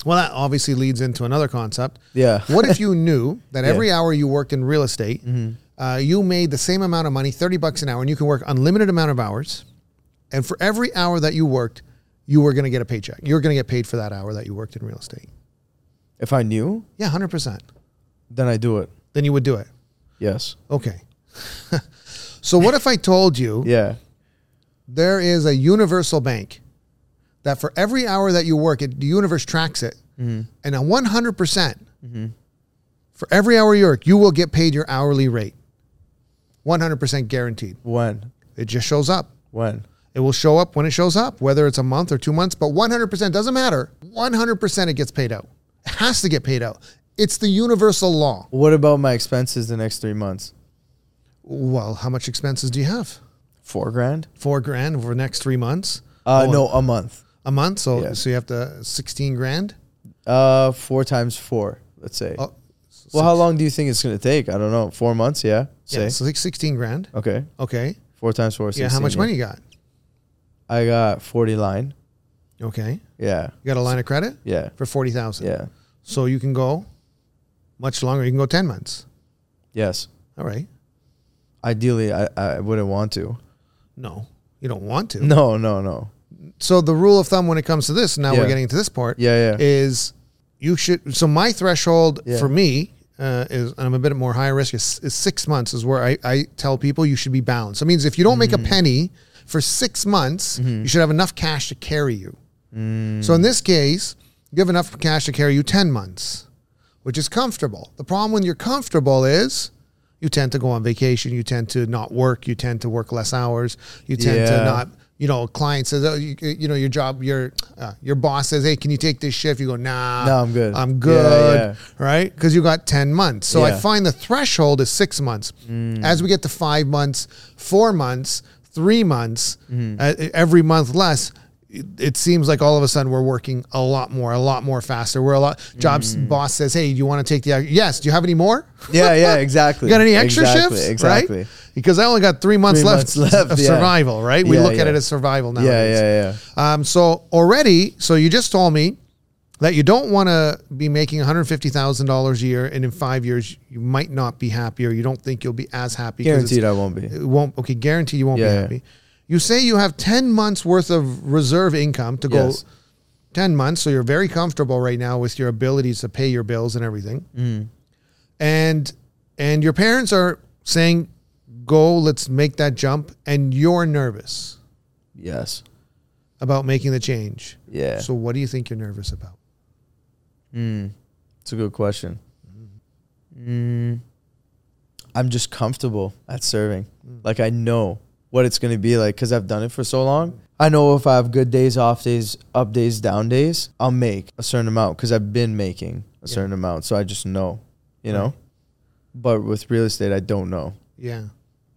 S1: Well, that obviously leads into another concept.
S2: Yeah.
S1: What if you knew that every hour you worked in real estate,
S2: Mm-hmm.
S1: uh, you made the same amount of money, 30 bucks an hour, and you can work unlimited amount of hours. And for every hour that you worked, you were going to get a paycheck. You were going to get paid for that hour that you worked in real estate.
S2: If I knew,
S1: Yeah, 100%.
S2: then I do it.
S1: Then you would do it.
S2: Yes.
S1: Okay. so what if I told you
S2: Yeah.
S1: there is a universal bank that for every hour that you work, it, the universe tracks it, and on one hundred percent for every hour you work, you will get paid your hourly rate, one hundred percent guaranteed.
S2: When?
S1: It just shows up.
S2: When?
S1: It will show up when it shows up, whether it's a month or two months, but 100% doesn't matter. 100% it gets paid out. It has to get paid out. It's the universal law.
S2: What about my expenses the next three months?
S1: Well, how much expenses do you have?
S2: Four grand?
S1: Four grand over the next three months?
S2: Uh,
S1: Oh,
S2: no, a month.
S1: A month? So,
S2: Yeah.
S1: so you have to 16 grand?
S2: Uh, four times four, let's say.
S1: Oh,
S2: well, how long do you think it's going to take? I don't know. Four months? Yeah. Say.
S1: Yeah, so like 16 grand.
S2: okay.
S1: Okay.
S2: Four times four. 16,
S1: yeah, how much money you got?
S2: I got 40 line.
S1: Okay.
S2: Yeah.
S1: You got a line of credit
S2: Yeah.
S1: for 40,000.
S2: Yeah.
S1: So you can go much longer. You can go 10 months.
S2: Yes.
S1: All right.
S2: Ideally, I, I wouldn't want to.
S1: No, you don't want to.
S2: No, no, no.
S1: So the rule of thumb when it comes to this, now we're
S2: Yeah.
S1: getting to this part,
S2: Yeah, yeah.
S1: is you should. So my threshold
S2: Yeah.
S1: for me uh, is, and I'm a bit more high risk, is, is six months is where I, I tell people you should be balanced. That means if you don't
S2: Mm.
S1: make a penny for six months,
S2: Mm-hmm.
S1: you should have enough cash to carry you.
S2: Mm.
S1: So in this case, you have enough cash to carry you 10 months, which is comfortable. The problem when you're comfortable is you tend to go on vacation, you tend to not work, you tend to work less hours, you tend to
S2: Yeah.
S1: not, you know, client says, oh, you, you know, your job, your uh, your boss says, hey, can you take this shift? You go, nah,
S2: No, I'm good.
S1: I'm
S2: Yeah,
S1: good,
S2: yeah.
S1: right? Because you got 10 months. So I
S2: Yeah. Mm.
S1: find the threshold is six months. As we get to five months, four months, three months,
S2: Mm-hmm.
S1: uh, every month less, it, it seems like all of a sudden we're working a lot more, a lot more faster. We're a lot, jobs
S2: Mm.
S1: boss says, hey, do you want to take the, hour?" yes, do you have any more?
S2: Yeah, yeah, exactly.
S1: You got any extra
S2: exactly,
S1: shifts?
S2: Exactly.
S1: Right? Because I only got three months
S2: Three
S1: left,
S2: months left,
S1: of
S2: yeah.
S1: survival, right? We
S2: Yeah,
S1: look at
S2: yeah.
S1: it as survival now.
S2: Yeah, yeah, yeah.
S1: Um, so already, so you just told me that you don't want to be making $150,000 a year, and in five years you might not be happy, or you don't think you'll be as happy. 'cause it's-
S2: Guaranteed I won't be.
S1: It won't. Okay, guarantee you won't
S2: Yeah,
S1: be
S2: yeah.
S1: happy. You say you have 10 months worth of reserve income to go
S2: Yes.
S1: 10 months. So you're very comfortable right now with your abilities to pay your bills and everything.
S2: Mm.
S1: And, and your parents are saying, go, let's make that jump. And you're nervous
S2: Yes.
S1: about making the change.
S2: Yeah.
S1: So what do you think you're nervous about?
S2: Mm, it's a good question. Mm, I'm just comfortable at serving.
S1: Mm.
S2: Like I know what it's going to be like because I've done it for so long. I know if I have good days, off days, up days, down days, I'll make a certain amount because I've been making a
S1: Yeah.
S2: certain amount. So I just know, you know.
S1: Right.
S2: But with real estate, I don't know.
S1: Yeah.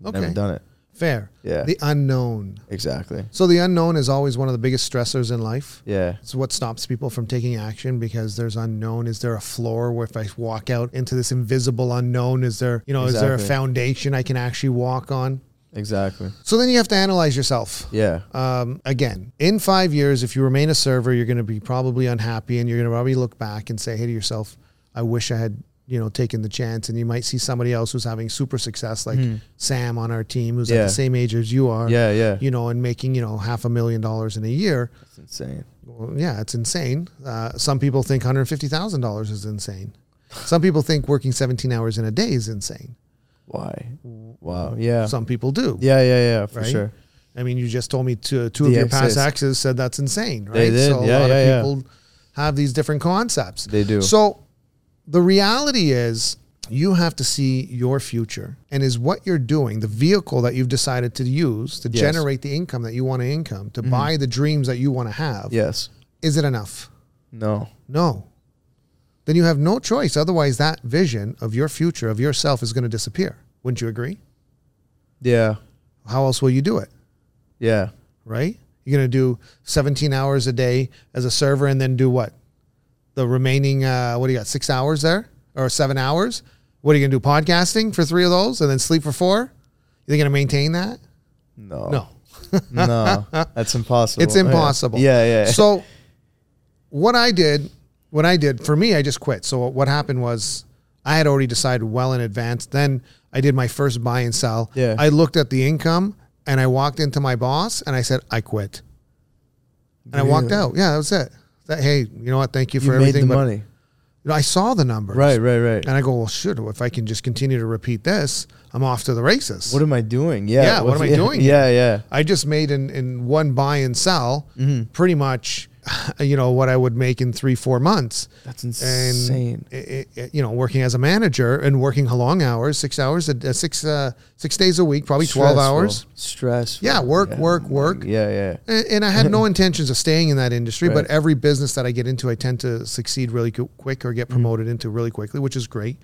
S2: Never
S1: Okay.
S2: done it.
S1: Fair.
S2: Yeah.
S1: The unknown.
S2: exactly.
S1: So the unknown is always one of the biggest stressors in life.
S2: Yeah.
S1: It's what stops people from taking action because there's unknown. Is there a floor where if I walk out into this invisible unknown, is there, you know, is there a
S2: Exactly.
S1: foundation I can actually walk on?
S2: Exactly.
S1: So then you have to analyze yourself.
S2: Yeah.
S1: Um, again, in five years, if you remain a server, you're going to be probably unhappy and you're going to probably look back and say, hey to yourself, I wish I had, you know, taken the chance. And you might see somebody else who's having super success, like Sam on our team, who's at
S2: Hmm. Yeah.
S1: the same age as you are,
S2: Yeah. Yeah.
S1: you know, and making, you know, half a million dollars in a year.
S2: That's insane.
S1: Well, yeah, it's insane. Uh, some people think $150,000 is insane. Some people think working 17 hours in a day is insane.
S2: Why? Wow. Yeah.
S1: Some people do.
S2: Yeah. Yeah. Yeah. For
S1: Right?
S2: sure.
S1: I mean, you just told me two, two of
S2: The
S1: your past
S2: exes.
S1: exes said that's insane, right?
S2: They did.
S1: So a
S2: Yeah,
S1: lot
S2: yeah, yeah.
S1: of people have these different concepts.
S2: They do.
S1: So the reality is you have to see your future and is what you're doing the vehicle that you've decided to use to
S2: Yes. Mm-hmm.
S1: generate the income that you want to income to buy the dreams that you want to have
S2: Yes.
S1: is it enough
S2: No.
S1: No. Then you have no choice. Otherwise, that vision of your future, of yourself, is going to disappear. Wouldn't you agree?
S2: Yeah.
S1: How else will you do it?
S2: Yeah.
S1: Right? You're going to do 17 hours a day as a server and then do what? The remaining, uh, what do you got, six hours there or seven hours? What are you going to do? Podcasting for three of those and then sleep for four? You think you're going to maintain that?
S2: No.
S1: No.
S2: no. That's impossible.
S1: It's impossible.
S2: Yeah. Yeah.
S1: So what I did, what I did for me, I just quit. So what happened was I had already decided well in advance. Then I did my first buy and sell.
S2: Yeah.
S1: I looked at the income and I walked into my boss and I said, I quit. And I walked
S2: Really?
S1: out. Yeah, that was it. That, hey, you know what? Thank you for
S2: you made
S1: everything.
S2: the
S1: but
S2: money.
S1: You know, I saw the numbers.
S2: Right. Right. Right.
S1: And I go, well, shoot, if I can just continue to repeat this, I'm off to the races.
S2: What am I doing? Yeah.
S1: Yeah, what am I
S2: yeah,
S1: doing
S2: Yeah. Yeah.
S1: I just made in, in one buy and sell pretty much, you know, what I would make in three, four months.
S2: That's
S1: And,
S2: insane.
S1: i- i- you know, working as a manager and working long hours, six hours, a, a six, uh, six days a week, probably 12 hours.
S2: Stress.
S1: Yeah, work, work, work.
S2: Yeah. Yeah.
S1: And, and I had no intentions of staying in that industry, but
S2: Right.
S1: every business that I get into, I tend to succeed really qu- quick or get promoted into really quickly, which is great.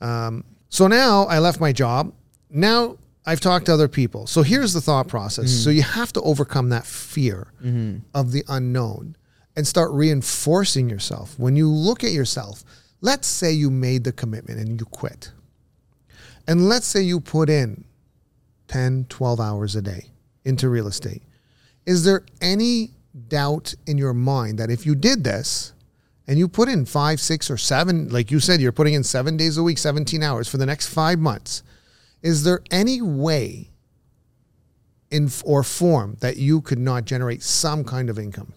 S1: Um, so now I left my job. Now I've talked to other people. So here's the thought process. So you have to overcome that fear of the unknown and start reinforcing yourself. When you look at yourself, let's say you made the commitment and you quit. And let's say you put in 10, 12 hours a day into real estate. Is there any doubt in your mind that if you did this and you put in five, six, or seven, like you said, you're putting in seven days a week, 17 hours for the next five months, is there any way in or form that you could not generate some kind of income?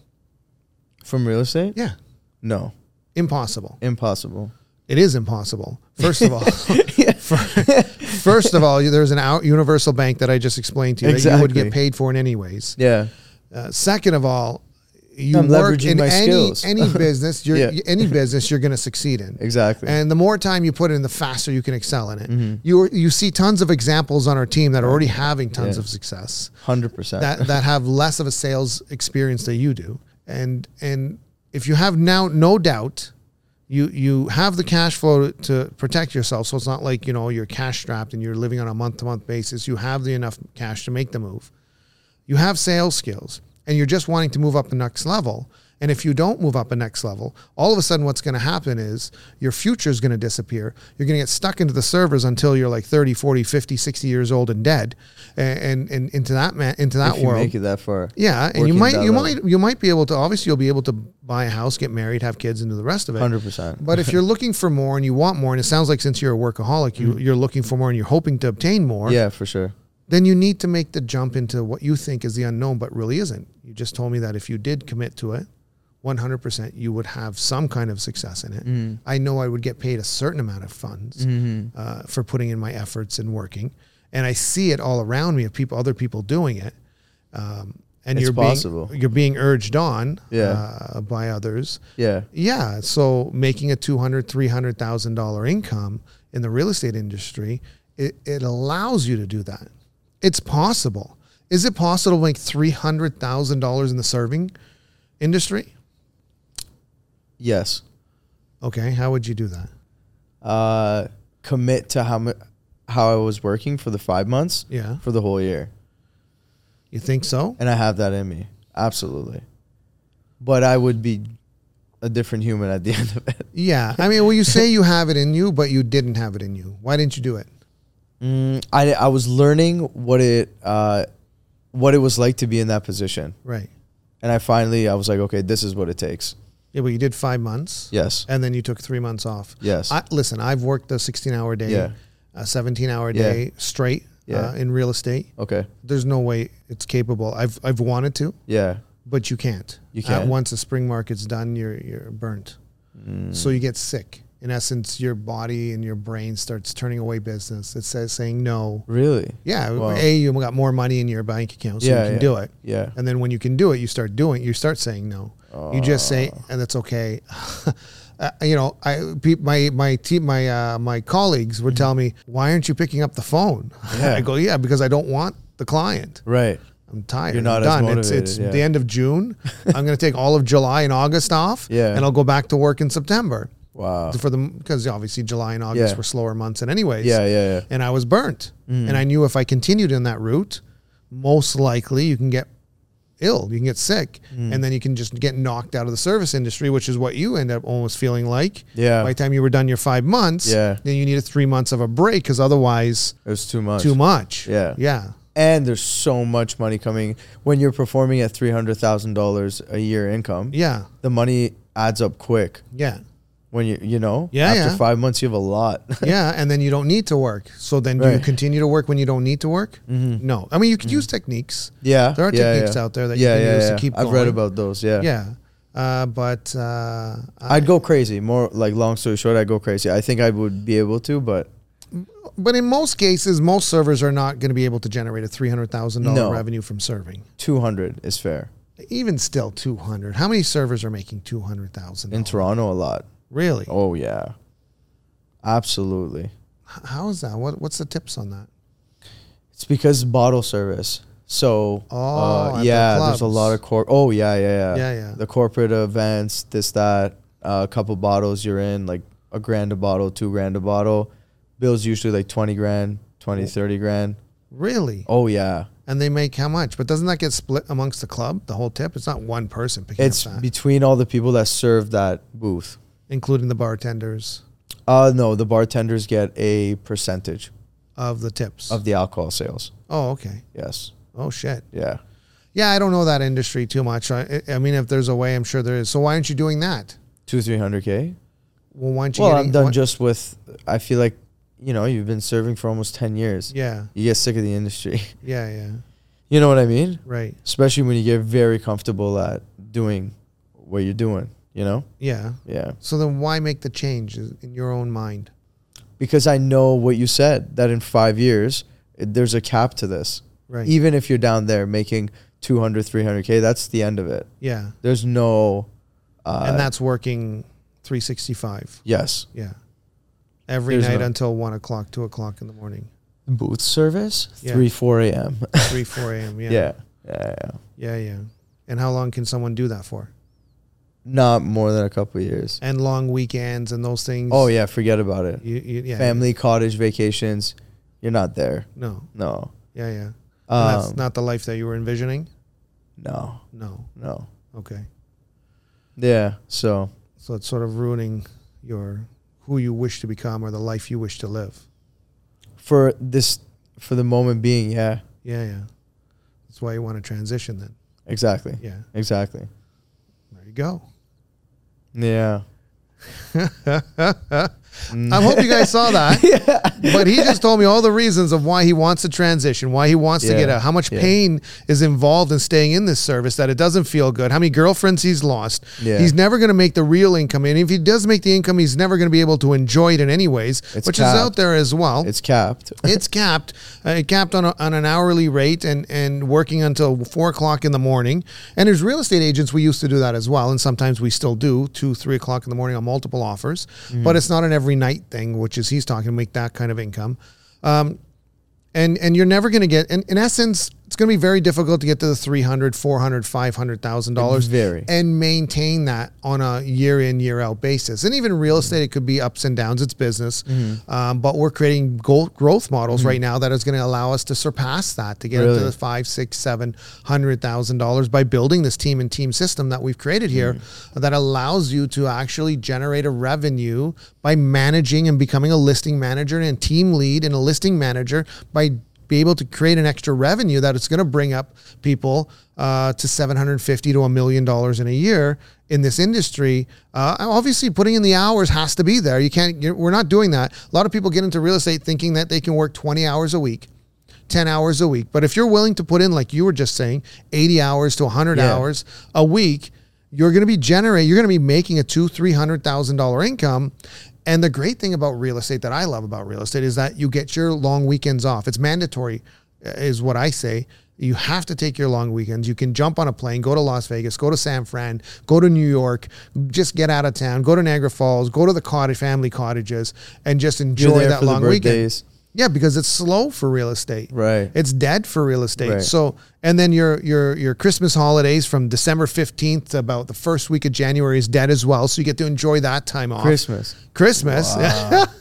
S2: From real estate?
S1: Yeah,
S2: No.
S1: impossible.
S2: Impossible.
S1: It is impossible. First of all, fir- first of all, there's an out universal bank that I just explained to you that you would
S2: Exactly.
S1: get paid for in anyways.
S2: Yeah.
S1: Uh, second of all, you
S2: I'm
S1: work
S2: leveraging
S1: in
S2: my
S1: any
S2: skills.
S1: any business. You're,
S2: Yeah.
S1: Any business you're going to succeed in.
S2: Exactly.
S1: And the more time you put in, the faster you can excel in it. You you see tons of examples on our team that are already having tons
S2: Mm-hmm. Yeah.
S1: of success
S2: Hundred percent.
S1: that that have less of a sales experience than you do. And and if you have now no doubt, you you have the cash flow to protect yourself. So it's not like you know you're cash strapped and you're living on a month to month basis. You have the enough cash to make the move. You have sales skills, and you're just wanting to move up the next level. And if you don't move up the next level, all of a sudden what's going to happen is your future is going to disappear. You're going to get stuck into the servers until you're like 30, 40, 50, 60 years old and dead. And, and, and into that man, into that
S2: If you
S1: world.
S2: make it that far.
S1: Yeah, and you
S2: working
S1: might
S2: that
S1: you
S2: level.
S1: might you might be able to obviously you'll be able to buy a house, get married, have kids, and do the rest of it.
S2: Hundred percent.
S1: But if you're looking for more and you want more, and it sounds like since you're a workaholic, you you're looking for more and you're hoping to obtain more.
S2: Mm-hmm. Yeah, for sure.
S1: then you need to make the jump into what you think is the unknown, but really isn't. You just told me that if you did commit to it, 100%, you would have some kind of success in it.
S2: Mm.
S1: I know I would get paid a certain amount of funds
S2: Mm-hmm.
S1: uh, for putting in my efforts and working. And I see it all around me of people, other people doing it. Um, and
S2: It's
S1: you're
S2: possible.
S1: Being, you're being urged on
S2: Yeah.
S1: uh, by others.
S2: Yeah.
S1: Yeah. So making a two hundred, three hundred thousand dollar income in the real estate industry, it, it allows you to do that. It's possible. Is it possible to make three hundred thousand dollars in the serving industry?
S2: Yes.
S1: Okay, how would you do that?
S2: Uh, commit to how mu- how I was working for the five months
S1: Yeah.
S2: for the whole year,
S1: You think so?
S2: and I have that in me. Absolutely. But I would be a different human at the end of it.
S1: Yeah. I mean, well, you say you have it in you, but you didn't have it in you. Why didn't you do it?
S2: Mm, I I was learning what it uh, what it was like to be in that position,
S1: Right.
S2: and I finally I was like, okay, this is what it takes.
S1: Yeah, but you did five months.
S2: Yes.
S1: and then you took three months off.
S2: Yes.
S1: I, listen, I've worked a 16 hour day,
S2: Yeah.
S1: a 17 hour
S2: Yeah.
S1: day straight
S2: Yeah.
S1: uh, in real estate.
S2: Okay.
S1: There's no way it's capable. I've, I've wanted to,
S2: Yeah.
S1: but you can't.
S2: You
S1: Uh,
S2: can't.
S1: once the spring market's done, you're, you're burnt.
S2: Mm.
S1: So you get sick. In essence, your body and your brain starts turning away business. It says saying no.
S2: Really.
S1: Yeah,
S2: Wow.
S1: A, you got more money in your bank account, so
S2: Yeah,
S1: you can
S2: yeah.
S1: do it.
S2: Yeah.
S1: And then when you can do it, you start doing. You start saying no. You just say,
S2: Oh.
S1: and that's okay. uh, you know, I pe- my my team my uh, my colleagues would tell me, why aren't you picking up the phone?
S2: Yeah.
S1: I go, yeah, because I don't want the client.
S2: Right.
S1: I'm tired.
S2: You're
S1: I'm
S2: not as
S1: done. it's
S2: motivated,
S1: it's
S2: yeah.
S1: the end of June. I'm going to take all of July and August off.
S2: Yeah.
S1: and I'll go back to work in September
S2: Wow.
S1: for the because obviously July and August
S2: Yeah.
S1: were slower months, and anyways,
S2: Yeah. Yeah. Yeah.
S1: and I was burnt. And I knew if I continued in that route, most likely you can get ill, you can get sick, and then you can just get knocked out of the service industry, which is what you end up almost feeling like.
S2: Yeah.
S1: By the time you were done your five months,
S2: Yeah.
S1: then you needed three months of a break because otherwise,
S2: It was too much.
S1: too much.
S2: Yeah.
S1: Yeah.
S2: and there's so much money coming when you're performing at three hundred thousand dollars a year income.
S1: Yeah.
S2: the money adds up quick
S1: Yeah.
S2: when you you know.
S1: Yeah,
S2: after
S1: yeah.
S2: five months, you have a lot.
S1: yeah, and then you don't need to work. So then, do you
S2: Right. Mm-hmm.
S1: continue to work when you don't need to work? No, I mean you could use techniques.
S2: yeah,
S1: There are
S2: yeah,
S1: techniques
S2: yeah.
S1: out there that
S2: yeah,
S1: you can
S2: yeah,
S1: use
S2: yeah.
S1: to keep.
S2: I've
S1: going.
S2: read about those. Yeah,
S1: Yeah, uh, but uh,
S2: I'd go crazy. More like long story short, I'd go crazy. I think I would be able to, but
S1: But in most cases, most servers are not going to be able to generate a three hundred thousand
S2: No.
S1: dollar revenue from serving.
S2: two hundred is fair
S1: Even still, two hundred. How many servers are making two hundred thousand?
S2: in Toronto a lot.
S1: really?
S2: Oh yeah, absolutely.
S1: H- How is that? What What's the tips on that?
S2: It's because bottle service. So,
S1: Oh,
S2: uh,
S1: at the
S2: yeah, there's a lot
S1: clubs.
S2: of corp. Oh, yeah, yeah, yeah,
S1: Yeah, yeah.
S2: The corporate events, this, that, uh, a couple bottles you're in, like a grand a bottle, two grand a bottle. Bills usually like 20 grand, 20, 30 grand.
S1: Really?
S2: Oh, yeah.
S1: And they make how much? But doesn't that get split amongst the club? The whole tip. It's not one person picking
S2: It's
S1: up that,
S2: between all the people that serve that booth.
S1: including the bartenders
S2: Uh, no, the bartenders get a percentage
S1: of the tips.
S2: of the alcohol sales.
S1: oh, okay.
S2: Yes.
S1: Oh shit.
S2: Yeah.
S1: Yeah, I don't know that industry too much. I, I mean, if there's a way, I'm sure there is. So why aren't you doing that?
S2: Two, 300K.
S1: Well, why aren't you?
S2: Well,
S1: getting,
S2: I'm done
S1: why-
S2: just with, I feel like, you know, you've been serving for almost 10 years.
S1: yeah,
S2: you get sick of the industry.
S1: yeah, yeah.
S2: You know what I mean?
S1: Right.
S2: Especially when you get very comfortable at doing what you're doing, you know?
S1: Yeah.
S2: Yeah.
S1: So then why make the change is- in your own mind?
S2: Because I know what you said that in 5 years it- there's a cap to this.
S1: Right.
S2: Even if you're down there making 200 300k, that's the end of it.
S1: yeah.
S2: There's no uh
S1: and that's working 365.
S2: yes.
S1: Yeah. Every
S2: There's
S1: night
S2: no-
S1: until one o'clock, two o'clock in the morning,
S2: Booth service
S1: Yeah.
S2: 3 4 a.m.
S1: three, four a.m. Yeah.
S2: yeah. Yeah, yeah.
S1: Yeah. Yeah. And how long can someone do that for?
S2: Not more than a couple of years.
S1: And long weekends and those things.
S2: Oh yeah, forget about it.
S1: You, you, yeah.
S2: Family cottage vacations, you're not there.
S1: No.
S2: No.
S1: Yeah. Yeah. And that's
S2: Um,
S1: not the life that you were envisioning.
S2: no.
S1: No.
S2: No.
S1: Okay.
S2: Yeah. So
S1: So it's sort of ruining your who you wish to become or the life you wish to live.
S2: for this, for the moment being, yeah,
S1: Yeah. Yeah. That's why you want to transition then.
S2: exactly,
S1: Yeah.
S2: exactly.
S1: There you go.
S2: Yeah. Mm.
S1: I hope you guys saw that. But he just told me all the reasons of why he wants to transition, why he wants to
S2: Yeah.
S1: get out, how much
S2: Yeah.
S1: pain is involved in staying in this service that it doesn't feel good, how many girlfriends he's lost.
S2: Yeah.
S1: He's never going to make the real income. And if he does make the income, he's never going to be able to enjoy it in any ways,
S2: It's
S1: which
S2: capped.
S1: is out there as well.
S2: It's capped.
S1: it's capped, uh, capped on, a, on an hourly rate and, and working until four o'clock in the morning. And as real estate agents, we used to do that as well. And sometimes we still do two, three o'clock in the morning on multiple offers, but it's not an every night thing, which is he's talking make that kind of income. Um, and, and you're never going to get, in, in essence, it's going to be very difficult to get to the 300, 400, $500,000
S2: Very.
S1: and maintain that on a year in year out basis and even real estate it could be ups and downs it's business um, but we're creating go- growth models right now that is going to allow us to surpass that to get up to
S2: Really?
S1: the five six seven hundred thousand dollars by building this team and team system that we've created here that allows you to actually generate a revenue by managing and becoming a listing manager and team lead and a listing manager by be able to create an extra revenue that it's going to bring up people uh, to 750 to a million dollars in a year in this industry. Uh, obviously, putting in the hours has to be there. You can't. You're, we're not doing that. A lot of people get into real estate thinking that they can work 20 hours a week. 10 hours a week. But if you're willing to put in, like you were just saying, 80 hours to 100
S2: Yeah.
S1: hours a week, you're going to be generating, you're going to be making a two, three hundred thousand dollar income. And the great thing about real estate that I love about real estate is that you get your long weekends off. It's mandatory, uh, is what I say. You have to take your long weekends. You can jump on a plane, go to Las Vegas, go to San Fran, go to New York, just get out of town, go to Niagara Falls, go to the cottage family cottages, and just enjoy
S2: there
S1: that
S2: for the
S1: long weekend.
S2: birthdays.
S1: Yeah, because it's slow for real estate.
S2: Right.
S1: It's dead for real estate.
S2: Right.
S1: So and then your your your Christmas holidays from December fifteenth to about the first week of January is dead as well. So you get to enjoy that time off.
S2: Christmas.
S1: Christmas.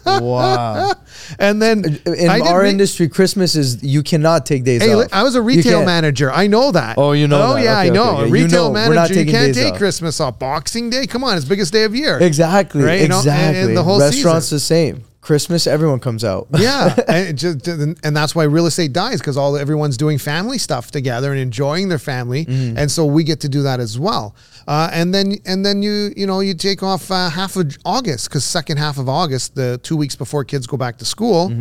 S2: wow.
S1: and then
S2: In
S1: I did
S2: our
S1: re-
S2: industry, Christmas is you cannot take days
S1: Hey,
S2: off.
S1: li- I was a
S2: You
S1: retail
S2: can't.
S1: manager. I know that.
S2: Oh, you know
S1: Oh,
S2: that.
S1: yeah, I
S2: Okay,
S1: know.
S2: okay,
S1: A
S2: okay. You
S1: retail
S2: know, we're
S1: manager,
S2: not
S1: you
S2: taking
S1: can't
S2: days
S1: take
S2: off.
S1: Christmas off. Boxing Day, come on, it's biggest day of year.
S2: Exactly.
S1: Right, you know, and-
S2: exactly.
S1: and the whole
S2: Restaurants the same. Christmas, everyone comes out.
S1: yeah, and it just and that's why real estate dies because all everyone's doing family stuff together and enjoying their family, and so we get to do that as well. Uh, and then and then you you know you take off uh, half of August because second half of August, the two weeks before kids go back to school.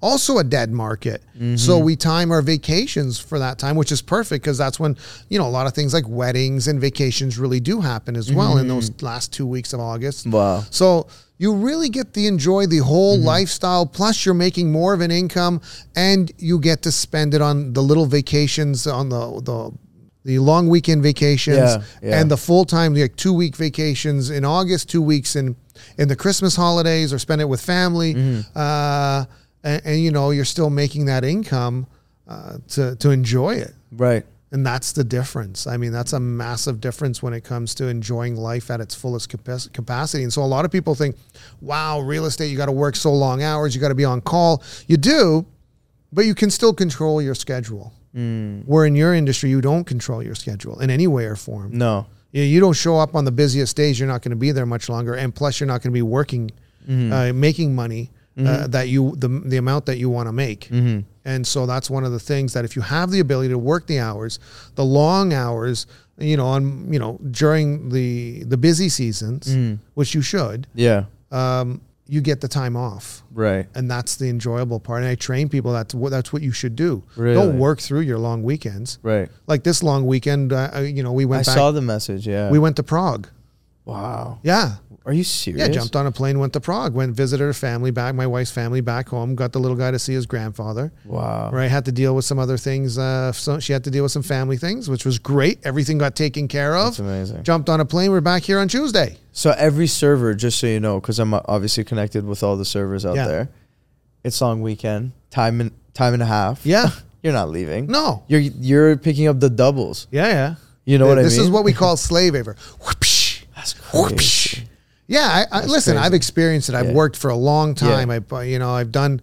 S1: Also a dead market, so we time our vacations for that time, which is perfect because that's when you know a lot of things like weddings and vacations really do happen as well in those last two weeks of August.
S2: Wow.
S1: So you really get to enjoy the whole lifestyle. Plus, you're making more of an income, and you get to spend it on the little vacations, on the the the long weekend vacations,
S2: Yeah, yeah.
S1: and the full time like two week vacations in August, two weeks in in the Christmas holidays, or spend it with family.
S2: Mm-hmm.
S1: Uh, and, and you know you're still making that income uh, to to enjoy it.
S2: Right.
S1: And that's the difference. I mean, that's a massive difference when it comes to enjoying life at its fullest capac- capacity. And so a lot of people think, wow, real estate, you got to work so long hours, you got to be on call. You do, but you can still control your schedule.
S2: Mm.
S1: Where in your industry, you don't control your schedule in any way or form.
S2: No.
S1: You, you don't show up on the busiest days, you're not going to be there much longer, and plus, you're not going to be working,
S2: Mm-hmm.
S1: uh, making money uh, that you the the amount that you want to make.
S2: Mm-hmm.
S1: And so that's one of the things that if you have the ability to work the hours, the long hours, you know, on you know during the the busy seasons,
S2: Mm-hmm.
S1: which you should,
S2: Yeah.
S1: um, you get the time off
S2: Right.
S1: and that's the enjoyable part. And I train people that's what that's what you should do.
S2: Really?
S1: Don't work through your long weekends.
S2: Right.
S1: Like this long weekend, uh, uh, you know, we
S2: I
S1: went back.
S2: saw the message. Yeah.
S1: we went to Prague.
S2: wow.
S1: Yeah.
S2: Are you serious?
S1: Yeah, jumped on a plane, went to Prague, went visited her family back, my wife's family back home, got the little guy to see his grandfather.
S2: Wow.
S1: Right, had to deal with some other things. Uh, so she had to deal with some family things, which was great. Everything got taken care of.
S2: That's amazing.
S1: Jumped on a plane. We're back here on Tuesday.
S2: So every server, just so you know, because I'm uh, obviously connected with all the servers out
S1: Yeah.
S2: there, it's long weekend, time and time and a half.
S1: Yeah.
S2: You're not leaving.
S1: No.
S2: You're you're picking up the doubles.
S1: Yeah, yeah.
S2: You know what I
S1: this is
S2: mean?
S1: what we call slave labor. Whoopsh.
S2: That's crazy.
S1: Whoopsh. Yeah, I, I, listen,
S2: crazy.
S1: I've experienced it. I've
S2: Yeah.
S1: worked for a long time. I, you know, I've done,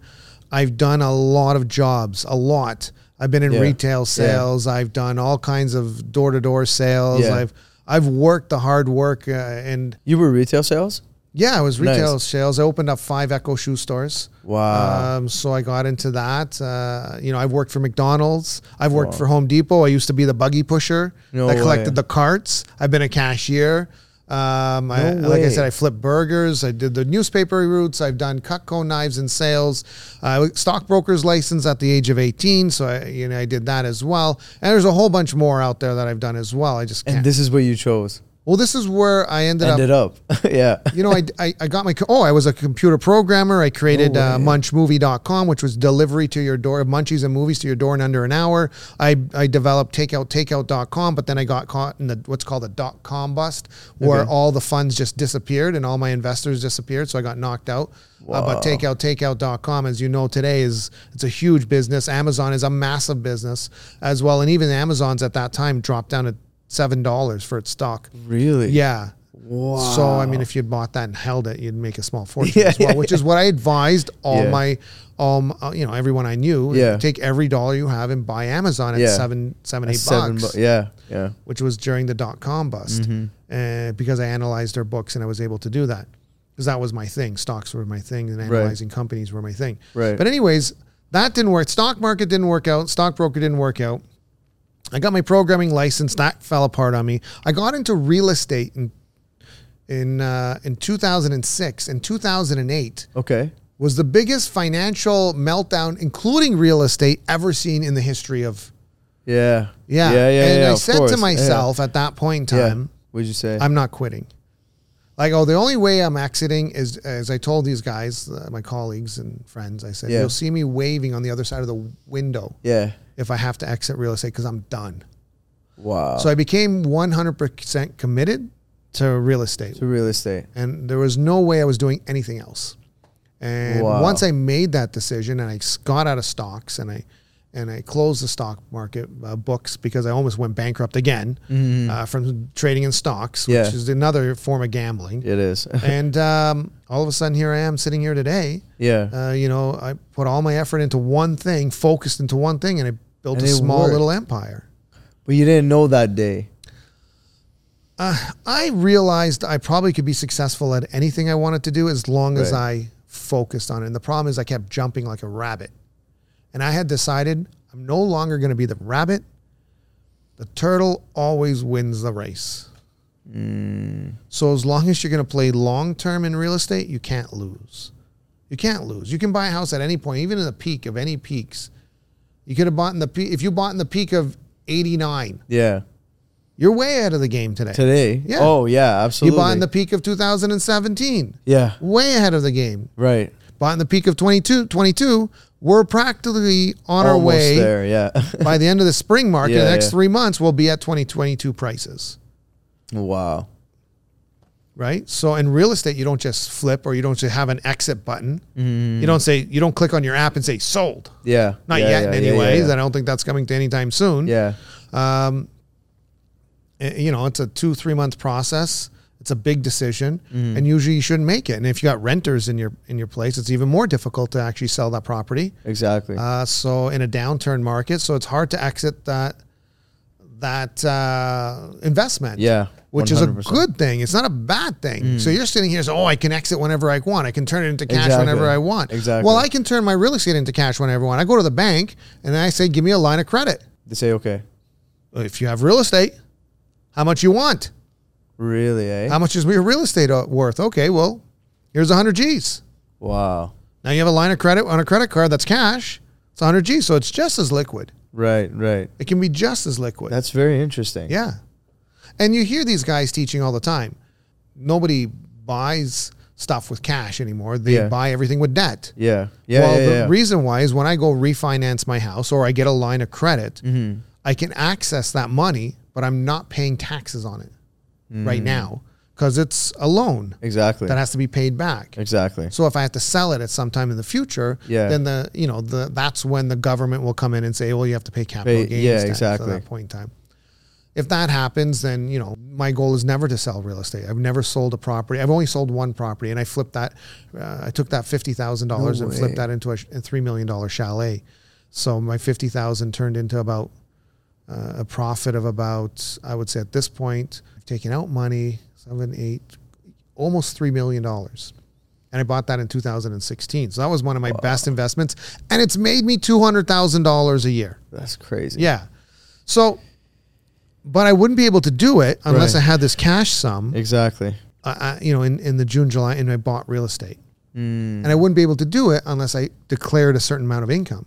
S1: I've done a lot of jobs, a lot. I've been in
S2: Yeah. Yeah.
S1: retail sales. I've done all kinds of door to door sales.
S2: Yeah.
S1: I've, I've worked the hard work, uh, and
S2: You were retail sales?
S1: yeah, I was
S2: Nice.
S1: retail sales. I opened up five Echo shoe stores.
S2: Wow.
S1: Um, so I got into that. Uh, you know, I've worked for McDonald's. I've worked for Home Depot. I used to be the buggy pusher
S2: No
S1: that collected
S2: way.
S1: the carts. I've been a cashier. Um, I,
S2: No
S1: like I
S2: way.
S1: said, I flipped burgers. I did the newspaper routes. I've done Cutco knives and sales. I uh, stockbroker's license at the age of 18. So I, you know, I did that as well. And there's a whole bunch more out there that I've done as well. I just
S2: And
S1: can't.
S2: this is what you chose.
S1: well, this is where I ended up
S2: Ended up. yeah.
S1: you know, I, I, I got my, co- oh, I was a computer programmer. I created
S2: No
S1: uh,
S2: way.
S1: munchmovie.com, which was delivery to your door, munchies and movies to your door in under an hour. I, I developed takeout, takeout.com, but then I got caught in the, what's called the dot com bust, where
S2: Okay.
S1: all the funds just disappeared and all my investors disappeared. So I got knocked out. Uh, but takeout, takeout.com, as you know today, is it's a huge business. Amazon is a massive business as well. And even Amazon's at that time dropped down to $7 for its stock.
S2: Really?
S1: Yeah. So I mean,
S2: Wow.
S1: if you bought that and held it, you'd make a small fortune
S2: Yeah,
S1: as well,
S2: yeah,
S1: which is what I advised all
S2: Yeah.
S1: my, um, uh, you know, everyone I knew.
S2: Yeah.
S1: Take every dollar you have and buy Amazon at
S2: Yeah.
S1: seven, seven, eight
S2: Seven
S1: bucks,
S2: bu- yeah. Yeah.
S1: which was during the dot com bust, uh, because I analyzed their books and I was able to do that because that was my thing. Stocks were my thing, and analyzing companies were my thing.
S2: Right.
S1: But anyways, that didn't work. Stock market didn't work out. Stockbroker didn't work out. I got my programming license. That fell apart on me. I got into real estate in in uh, in 2006. In 2008
S2: Okay.
S1: was the biggest financial meltdown, including real estate, ever seen in the history of.
S2: Yeah.
S1: Yeah,
S2: Yeah. Yeah.
S1: And
S2: yeah,
S1: I
S2: of
S1: said
S2: course.
S1: to
S2: Yeah.
S1: myself at that point in
S2: Yeah.
S1: time,
S2: What'd you say?
S1: I'm not quitting. Like, oh, the only way I'm exiting is, as I told these guys, uh, my colleagues and friends, I said,
S2: Yeah.
S1: you'll see me waving on the other side of the window
S2: yeah.
S1: if I have to exit real estate because I'm done.
S2: Wow.
S1: So I became 100% committed to real estate.
S2: to real estate.
S1: And there was no way I was doing anything else. And
S2: Wow.
S1: once I made that decision and I s- got out of stocks and I and I closed the stock market uh, books because I almost went bankrupt again uh, from trading in stocks, which
S2: Mm-hmm. Yeah.
S1: is another form of gambling.
S2: It is.
S1: and um, all of a sudden, here I am sitting here today.
S2: yeah.
S1: Uh, you know, I put all my effort into one thing, focused into one thing, and I built
S2: And
S1: a
S2: it
S1: small
S2: worked.
S1: little empire.
S2: but you didn't know that day.
S1: I realized I probably could be successful at anything I wanted to do as long as
S2: Right.
S1: I focused on it. And the problem is I kept jumping like a rabbit. And I had decided I'm no longer going to be the rabbit. The turtle always wins the race. So as long as you're going to play long term in real estate, you can't lose. You can't lose. You can buy a house at any point, even in the peak of any peaks. You could have bought in the peak if you bought in the peak of 89.
S2: Yeah.
S1: You're way out of the game today.
S2: Today.
S1: Yeah.
S2: Oh yeah. Absolutely.
S1: You bought in the peak of 2017,
S2: yeah.
S1: way ahead of the game.
S2: Right.
S1: Bought in the peak of 22, 22. We're practically on our
S2: Almost
S1: way.
S2: there. Yeah.
S1: By the end of the spring market,
S2: Yeah,
S1: the next
S2: yeah.
S1: three months, we'll be at 2022 prices,
S2: wow.
S1: right? So in real estate, you don't just flip or you don't just have an exit button. You don't say, you don't click on your app and say sold.
S2: Yeah.
S1: Not yet,
S2: Mm-hmm. yeah, yeah,
S1: in
S2: yeah,
S1: any
S2: yeah,
S1: ways.
S2: Yeah.
S1: I don't think that's coming to any time soon.
S2: Yeah.
S1: Uh, you know, it's a two, three month process. It's a big decision,
S2: Mm-hmm.
S1: and usually you shouldn't make it. And if you got renters in your in your place, it's even more difficult to actually sell that property.
S2: Exactly.
S1: Uh, so in a downturn market, so it's hard to exit that that uh, investment.
S2: Yeah,
S1: which is a
S2: 100%.
S1: good thing. It's not a bad thing.
S2: Mm.
S1: So you're sitting here saying, "Oh, I can exit whenever I want. I can turn it into cash
S2: Exactly.
S1: whenever I want."
S2: Exactly.
S1: Well, I can turn my real estate into cash whenever I want. I go to the bank and I say, "Give me a line of credit."
S2: they say okay.
S1: If you have real estate, how much you want?
S2: Really? Eh?
S1: How much is your real estate uh, worth? Okay, well, here's 100 G's.
S2: wow.
S1: Now you have a line of credit on a credit card that's cash. It's 100 G's, so it's just as liquid.
S2: Right. Right.
S1: It can be just as liquid.
S2: That's very interesting.
S1: yeah. And you hear these guys teaching all the time. Nobody buys stuff with cash anymore. They
S2: Yeah.
S1: buy everything with debt.
S2: Yeah. Yeah.
S1: well,
S2: yeah,
S1: the
S2: yeah.
S1: reason why is when I go refinance my house or I get a line of credit,
S2: Mm-hmm.
S1: I can access that money, but I'm not paying taxes on it
S2: Mm.
S1: right now because it's a loan.
S2: exactly.
S1: that has to be paid back.
S2: exactly.
S1: So if I have to sell it at some time in the future,
S2: Yeah.
S1: then the you know the that's when the government will come in and say, well, you have to pay capital
S2: Pay-
S1: gains
S2: yeah,
S1: tax
S2: exactly.
S1: at that point in time. If that happens, then you know my goal is never to sell real estate. I've never sold a property. I've only sold one property, and I flipped that. Uh, I took that fifty thousand dollars and
S2: way.
S1: flipped that into a, sh- a three million dollar chalet. So my fifty thousand turned into about uh, a profit of about, I would say at this point, I've taken out money, seven, eight, almost $3 million. And I bought that in 2016. So that was one of my best investments. And it's made me $200,000 a year.
S2: That's crazy.
S1: Yeah. So but I wouldn't be able to do it unless
S2: Right.
S1: I had this cash sum.
S2: Exactly.
S1: I, I, you know, in, in the June, July, and I bought real estate. And I wouldn't be able to do it unless I declared a certain amount of income.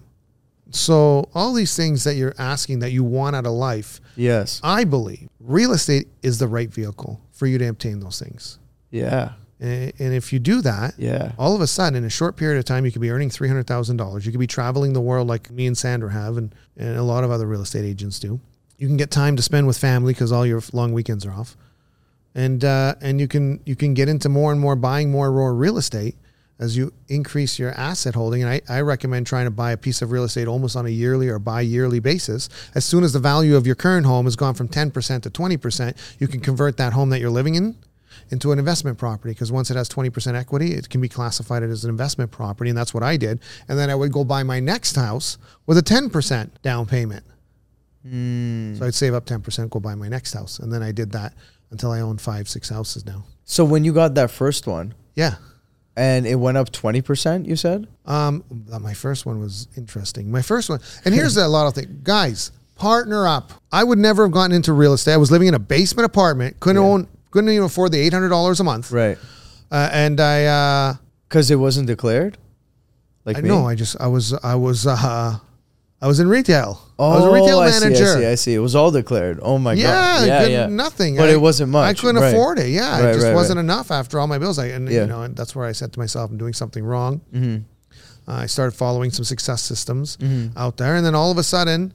S1: So, all these things that you're asking that you want out of life,
S2: Yes.
S1: I believe real estate is the right vehicle for you to obtain those things.
S2: Yeah.
S1: And, and if you do that,
S2: Yeah.
S1: all of a sudden, in a short period of time, you could be earning $300,000. You could be traveling the world like me and Sandra have, and, and a lot of other real estate agents do. You can get time to spend with family because all your long weekends are off. And, uh, and you, can, you can get into more and more buying more raw real estate as you increase your asset holding. And I, I recommend trying to buy a piece of real estate almost on a yearly or bi yearly basis. As soon as the value of your current home has gone from 10% to 20%, you can convert that home that you're living in into an investment property because once it has 20% equity, it can be classified as an investment property. And that's what I did. And then I would go buy my next house with a 10% down payment. So I'd save up 10%, go buy my next house. And then I did that until I own five, six houses now.
S2: So when you got that first one
S1: Yeah.
S2: and it went up 20%, you said?
S1: Um, that- my first one was interesting. My first one, and here's a lot of things, guys. Partner up. I would never have gotten into real estate. I was living in a basement apartment. Couldn't own. Couldn't even afford the eight hundred dollars a month.
S2: Right.
S1: Uh, and I, uh,
S2: Cuz it wasn't declared? Like
S1: I
S2: me?
S1: no, I just I was I was uh, I was in retail.
S2: Oh,
S1: I was a retail
S2: I see,
S1: manager.
S2: I see, I see. It was all declared. Oh my
S1: Yeah,
S2: god.
S1: good, nothing.
S2: But
S1: I-
S2: it wasn't much.
S1: I couldn't
S2: Right.
S1: afford it. Yeah,
S2: Right,
S1: it just
S2: right,
S1: wasn't enough after all my bills. I and
S2: Yeah. Mm-hmm.
S1: you know, and that's where I said to myself, I'm doing something wrong. Uh, I started following some success systems out there, and then all of a sudden,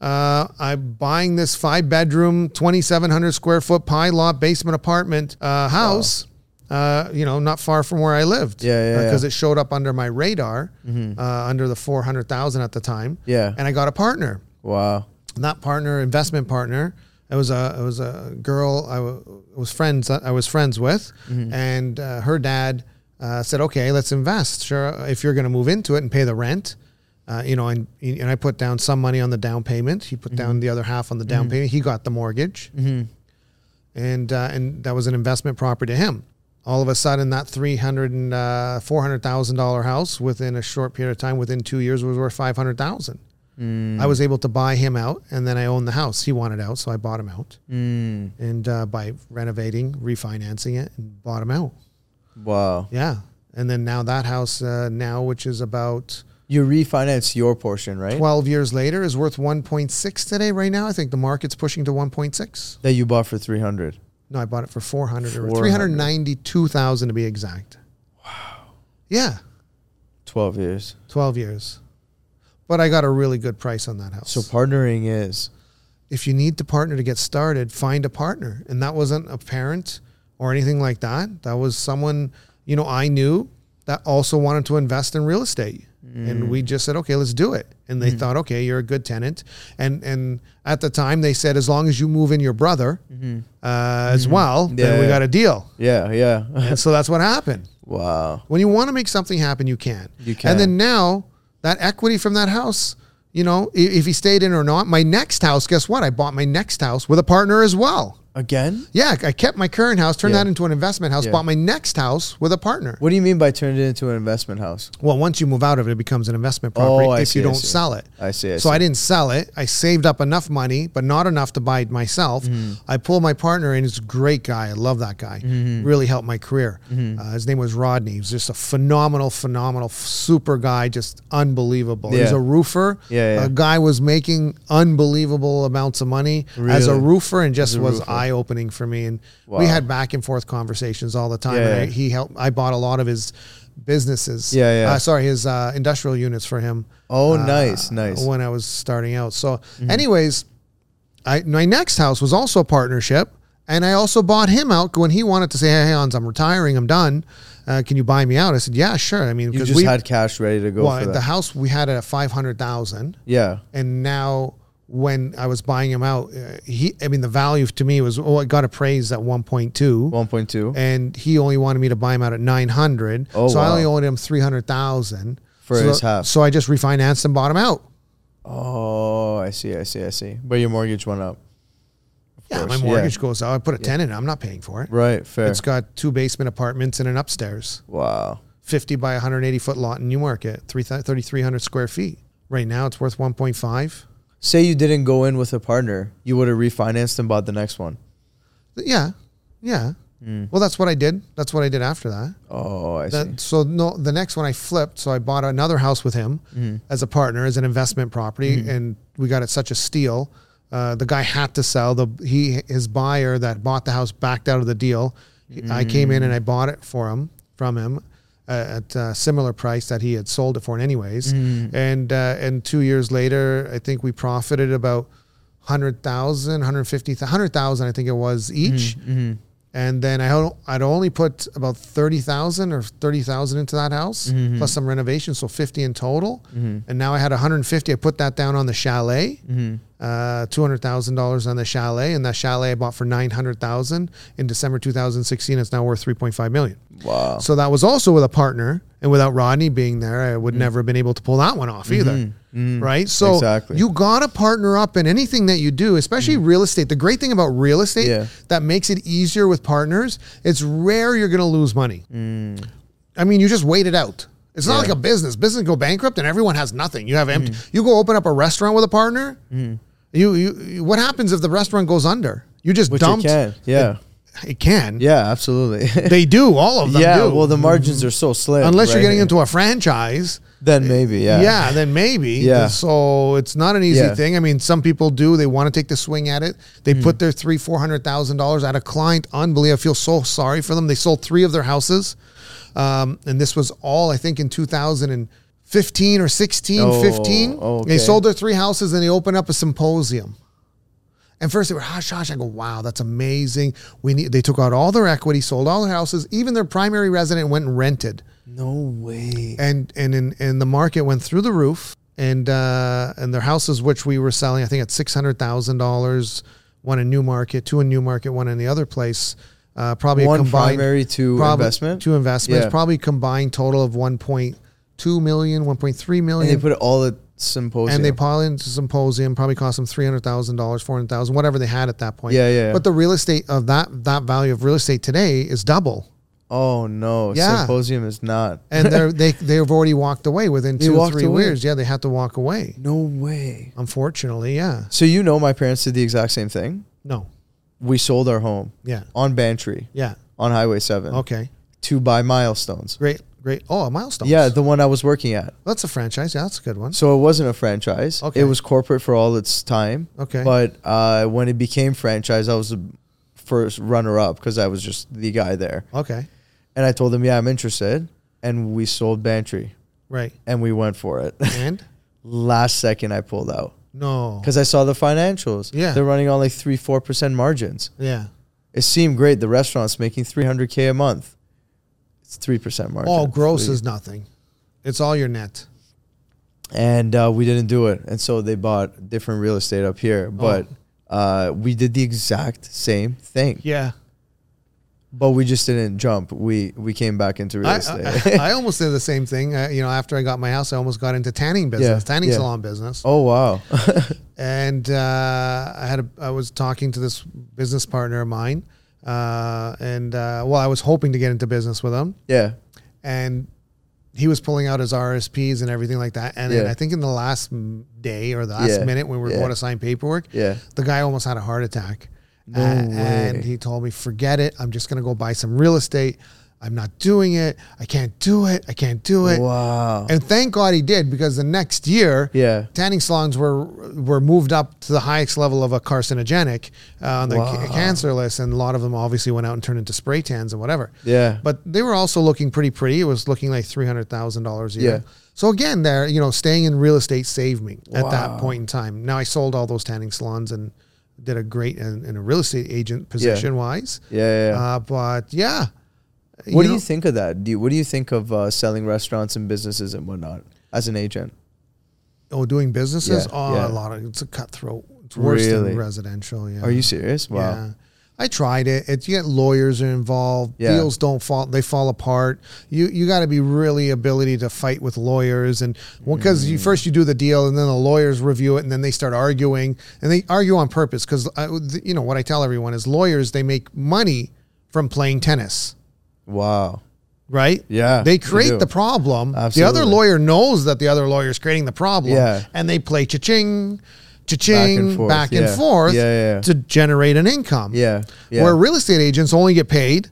S1: uh, I'm buying this five bedroom, 2,700 square foot pie lot basement apartment uh, house. Uh, you know, not far from where I lived.
S2: Yeah, yeah,
S1: Because
S2: yeah.
S1: it showed up under my radar, uh, under the 400,000 at the time.
S2: Yeah.
S1: And I got a partner
S2: Wow.
S1: not partner, investment partner. It was a it was a girl I w- was friends I was friends with, and uh, her dad uh, said, "Okay, let's invest. Sure, if you're going to move into it and pay the rent, uh, you know." And and I put down some money on the down payment. He put down the other half on the down payment. He got the mortgage, and uh, and that was an investment property to him. All of a sudden, that three hundred and uh, four hundred thousand dollar house within a short period of time, within two years, was worth five hundred thousand. I
S2: Mm.
S1: was able to buy him out, and then I owned the house. He wanted out, so I bought him out,
S2: Mm.
S1: and uh, by renovating, refinancing it, and bought him out.
S2: Wow.
S1: Yeah, and then now that house uh, now, which is about
S2: You refinance your portion, right?
S1: twelve years later, is worth one point six today. Right now, I think the market's pushing to one point six.
S2: That you bought for 300.
S1: No, I bought it for four hundred or
S2: 400.
S1: three hundred ninety-two thousand to be exact. Wow. Yeah,
S2: 12 years.
S1: twelve years, but I got a really good price on that house.
S2: So partnering is
S1: if you need to partner to get started, find a partner. And that wasn't a parent or anything like that. That was someone, you know, I knew that also wanted to invest in real estate. And we just said, okay, let's do it. And they thought, okay, you're a good tenant. And and at the time they said, as long as you move in your brother uh, as well, then
S2: Yeah,
S1: we
S2: yeah.
S1: got a deal.
S2: yeah, yeah.
S1: And so that's what happened.
S2: wow.
S1: When you want to make something happen, you can.
S2: You
S1: And then
S2: can.
S1: now that equity from that house, you know, i- if he stayed in or not, my next house, guess what? I bought my next house with a partner as well.
S2: Again?
S1: Yeah, I kept my current house, turned
S2: Yeah.
S1: that into an investment house,
S2: Yeah.
S1: bought my next house with a partner.
S2: What do you mean by turned it into an investment house?
S1: Well, once you move out of it, it becomes an investment property
S2: Oh, I
S1: if
S2: see,
S1: you
S2: I
S1: don't
S2: see.
S1: sell it.
S2: I see. I
S1: so
S2: see.
S1: I didn't sell it. I saved up enough money, but not enough to buy it myself.
S2: Mm-hmm.
S1: I pulled my partner in. He's a great guy. I love that guy.
S2: Mm-hmm.
S1: Really helped my career. Uh, his name was Rodney. He was just a phenomenal, phenomenal, f- super guy. Just unbelievable. He's
S2: Yeah.
S1: a roofer.
S2: Yeah, yeah.
S1: A guy was making unbelievable amounts of money as a
S2: Really?
S1: roofer, and just
S2: a
S1: was
S2: roofer.
S1: eye opening for me. And
S2: Wow.
S1: we had back and forth conversations all the time.
S2: Yeah,
S1: and I,
S2: yeah.
S1: he helped. I bought a lot of his businesses.
S2: Yeah, yeah.
S1: Uh, sorry, his uh, industrial units for him.
S2: Oh,
S1: uh,
S2: nice, nice. Mm-hmm.
S1: When I was starting out. So, anyways, I my next house was also a partnership, and I also bought him out when he wanted to say, "Hey, Hans, I'm retiring. I'm done. Uh, can you buy me out?" I said, "Yeah, sure." I mean,
S2: You
S1: because
S2: just
S1: we
S2: had cash ready to go
S1: well,
S2: for that.
S1: the house we had it at five hundred thousand,
S2: yeah.
S1: and now when I was buying him out, uh, he I mean, the value to me was oh, I got appraised at one point two.
S2: 1.2.
S1: and he only wanted me to buy him out at 900
S2: Oh,
S1: so i
S2: wow.
S1: only owed him 300000
S2: For
S1: so
S2: his half.
S1: so i just refinanced and bought him out
S2: Oh, I see. I see. I see. But your mortgage went up.
S1: yeah
S2: course,
S1: my
S2: yeah.
S1: mortgage goes out i put a tenant in i'm not paying for it
S2: Right. Fair.
S1: it's got two basement apartments and an upstairs
S2: wow.
S1: 50 by 180 foot lot in newmarket 3 3300 square feet right now it's worth 1.5
S2: say you didn't go in with a partner, you would have refinanced and bought the next one.
S1: Yeah, yeah.
S2: Hmm.
S1: Well, that's what I did. That's what I did after that.
S2: Oh, I see.
S1: That, so no, the next one I flipped. So I bought another house with him
S2: Mm-hmm.
S1: as a partner, as an investment property, and we got it such a steal. Uh, the guy had to sell. The he his buyer that bought the house backed out of the deal. He- I came in and I bought it for him from him uh, at a similar price that he had sold it for, anyways.
S2: Mm-hmm.
S1: And uh, and two years later, I think we profited about. 100,000, 150,000, 100,000 I think it was each and then I had, I'd only put about thirty thousand or thirty thousand into that house plus some renovations, so fifty in total. And now I had one hundred and fifty. I put that down on the chalet, uh, two hundred thousand dollars on the chalet, and that chalet I bought for nine hundred thousand in December two thousand sixteen. It's now worth three point five million.
S2: Wow.
S1: So that was also with a partner, and without Rodney being there, I
S2: Mm.
S1: would never have been able to pull that one off either. Right? So
S2: Mm-hmm. Exactly. Mm.
S1: you gotta partner up in anything that you do, especially real estate. The great thing about real estate
S2: Yeah.
S1: that makes it easier with partners, it's rare you're gonna lose money.
S2: Mm.
S1: I mean, you just wait it out. It's not like a business. Business go bankrupt and everyone has nothing. You have
S2: Mm.
S1: empty. You go open up a restaurant with a partner. You, you you- what happens if the restaurant goes under? You just
S2: Which
S1: dumped.
S2: you can. Yeah.
S1: It can.
S2: yeah, absolutely.
S1: They do. All of them.
S2: yeah,
S1: do
S2: well, the margins are so slim.
S1: unless you're
S2: right?
S1: getting into a franchise.
S2: Then maybe, yeah.
S1: Yeah. then maybe.
S2: Yeah.
S1: So it's not an easy
S2: Yeah. Hmm.
S1: thing. I mean, some people do. They want to take the swing at it. They put their three, four hundred thousand dollars at a client. Unbelievable. I feel so sorry for them. They sold three of their houses, um, and this was all I think in two thousand and fifteen or 16,
S2: Oh,
S1: 15. They
S2: okay.
S1: sold their three houses and they opened up a symposium. And first they were hush hush. I go, wow, that's amazing. We need. They took out all their equity, sold all their houses, even their primary resident went and rented
S2: No way.
S1: and and in, and the market went through the roof and uh and their houses which we were selling i think at six hundred thousand dollars one in new market two in new market one in the other place uh probably a
S2: One
S1: combined
S2: primary, two
S1: probably
S2: investment?
S1: two investments
S2: Yeah.
S1: probably combined total of 1.2 million 1.3
S2: And
S1: million
S2: they put it all at symposium.
S1: and they probably into symposium probably cost them three hundred thousand dollars, four hundred thousand, whatever they had at that point.
S2: Yeah, yeah, yeah.
S1: But the real estate of that that value of real estate today is double,
S2: oh no,
S1: Yeah.
S2: symposium is not.
S1: and they're, they they've already walked away within
S2: They
S1: two
S2: walked
S1: three
S2: away.
S1: years. Yeah, they had to walk away.
S2: No way.
S1: Unfortunately, yeah.
S2: So you know, my parents did the exact same thing.
S1: No.
S2: We sold our home
S1: Yeah.
S2: on Bantry
S1: Yeah.
S2: on Highway Seven
S1: Okay.
S2: to buy Milestones.
S1: Great. Great. Oh, a milestone.
S2: Yeah, the one I was working at.
S1: That's a franchise. Yeah, that's a good one.
S2: So it wasn't a franchise.
S1: Okay.
S2: It was corporate for all its time.
S1: Okay.
S2: But uh, when it became franchise, I was the first runner up because I was just the guy there.
S1: Okay.
S2: And I told them, yeah, I'm interested. And we sold Bantry
S1: Right.
S2: and we went for it.
S1: And
S2: Last second, I pulled out
S1: no.
S2: because I saw the financials.
S1: Yeah.
S2: They're running on like three, 4% margins.
S1: Yeah.
S2: It seemed great. The restaurant's making 300K a month. It's 3% margin.
S1: All gross
S2: Three.
S1: is nothing. It's all your net.
S2: and uh, we didn't do it. And so they bought different real estate up
S1: Oh.
S2: here, but uh, we did the exact same thing,
S1: Yeah.
S2: but we just didn't jump. We we came back into real
S1: I,
S2: estate.
S1: I, I almost did the same thing. Uh, you know, after I got my house, I almost got into tanning business, tanning
S2: yeah.
S1: salon business.
S2: oh wow!
S1: and uh, I had a, I was talking to this business partner of mine, uh, and uh, well, I was hoping to get into business with him,
S2: yeah,
S1: and he was pulling out his RSPs and everything like that. And then
S2: Yeah.
S1: I think in the last m- day or the last
S2: Yeah.
S1: minute when we were
S2: Yeah.
S1: going to sign paperwork,
S2: Yeah.
S1: the guy almost had a heart attack.
S2: No
S1: And
S2: way.
S1: he told me, forget it. I'm just going to go buy some real estate. I'm not doing it. I can't do it. I can't do it.
S2: wow.
S1: And thank God he did because the next year,
S2: Yeah.
S1: tanning salons were were moved up to the highest level of a carcinogenic uh, on the ca-
S2: Wow.
S1: cancer list, and a lot of them obviously went out and turned into spray tans and whatever.
S2: Yeah.
S1: but they were also looking pretty pretty. It was looking like three hundred thousand dollars a year.
S2: Yeah.
S1: So again, there you know, staying in real estate saved me at
S2: Wow.
S1: that point in time. Now I sold all those tanning salons and did a great in, in a real estate agent position wise.
S2: yeah, yeah. yeah.
S1: Uh, but yeah,
S2: what do
S1: know-
S2: you think of that? Do you, what do you think of uh, selling restaurants and businesses and whatnot as an agent?
S1: Oh, doing businesses?
S2: Yeah,
S1: oh,
S2: yeah.
S1: a lot of it's a cutthroat. It's worse
S2: Really?
S1: than residential. Yeah.
S2: Are you serious? Wow.
S1: Yeah. I tried it. It's you get lawyers are involved.
S2: Yeah.
S1: Deals don't fall; they fall apart. You you got to be really ability to fight with lawyers, and because
S2: Mm.
S1: you first you do the deal, and then the lawyers review it, and then they start arguing, and they argue on purpose because you know what I tell everyone is lawyers they make money from playing tennis
S2: Wow.
S1: right?
S2: Yeah,
S1: They
S2: they
S1: create
S2: do.
S1: the problem. The
S2: Absolutely.
S1: other lawyer knows that the other lawyer is creating the problem.
S2: Yeah.
S1: And they play cha-ching, cha-ching, back and forth, back and
S2: yeah.
S1: forth
S2: Yeah, yeah, yeah.
S1: to generate an income.
S2: Yeah. yeah.
S1: Where real estate agents only get paid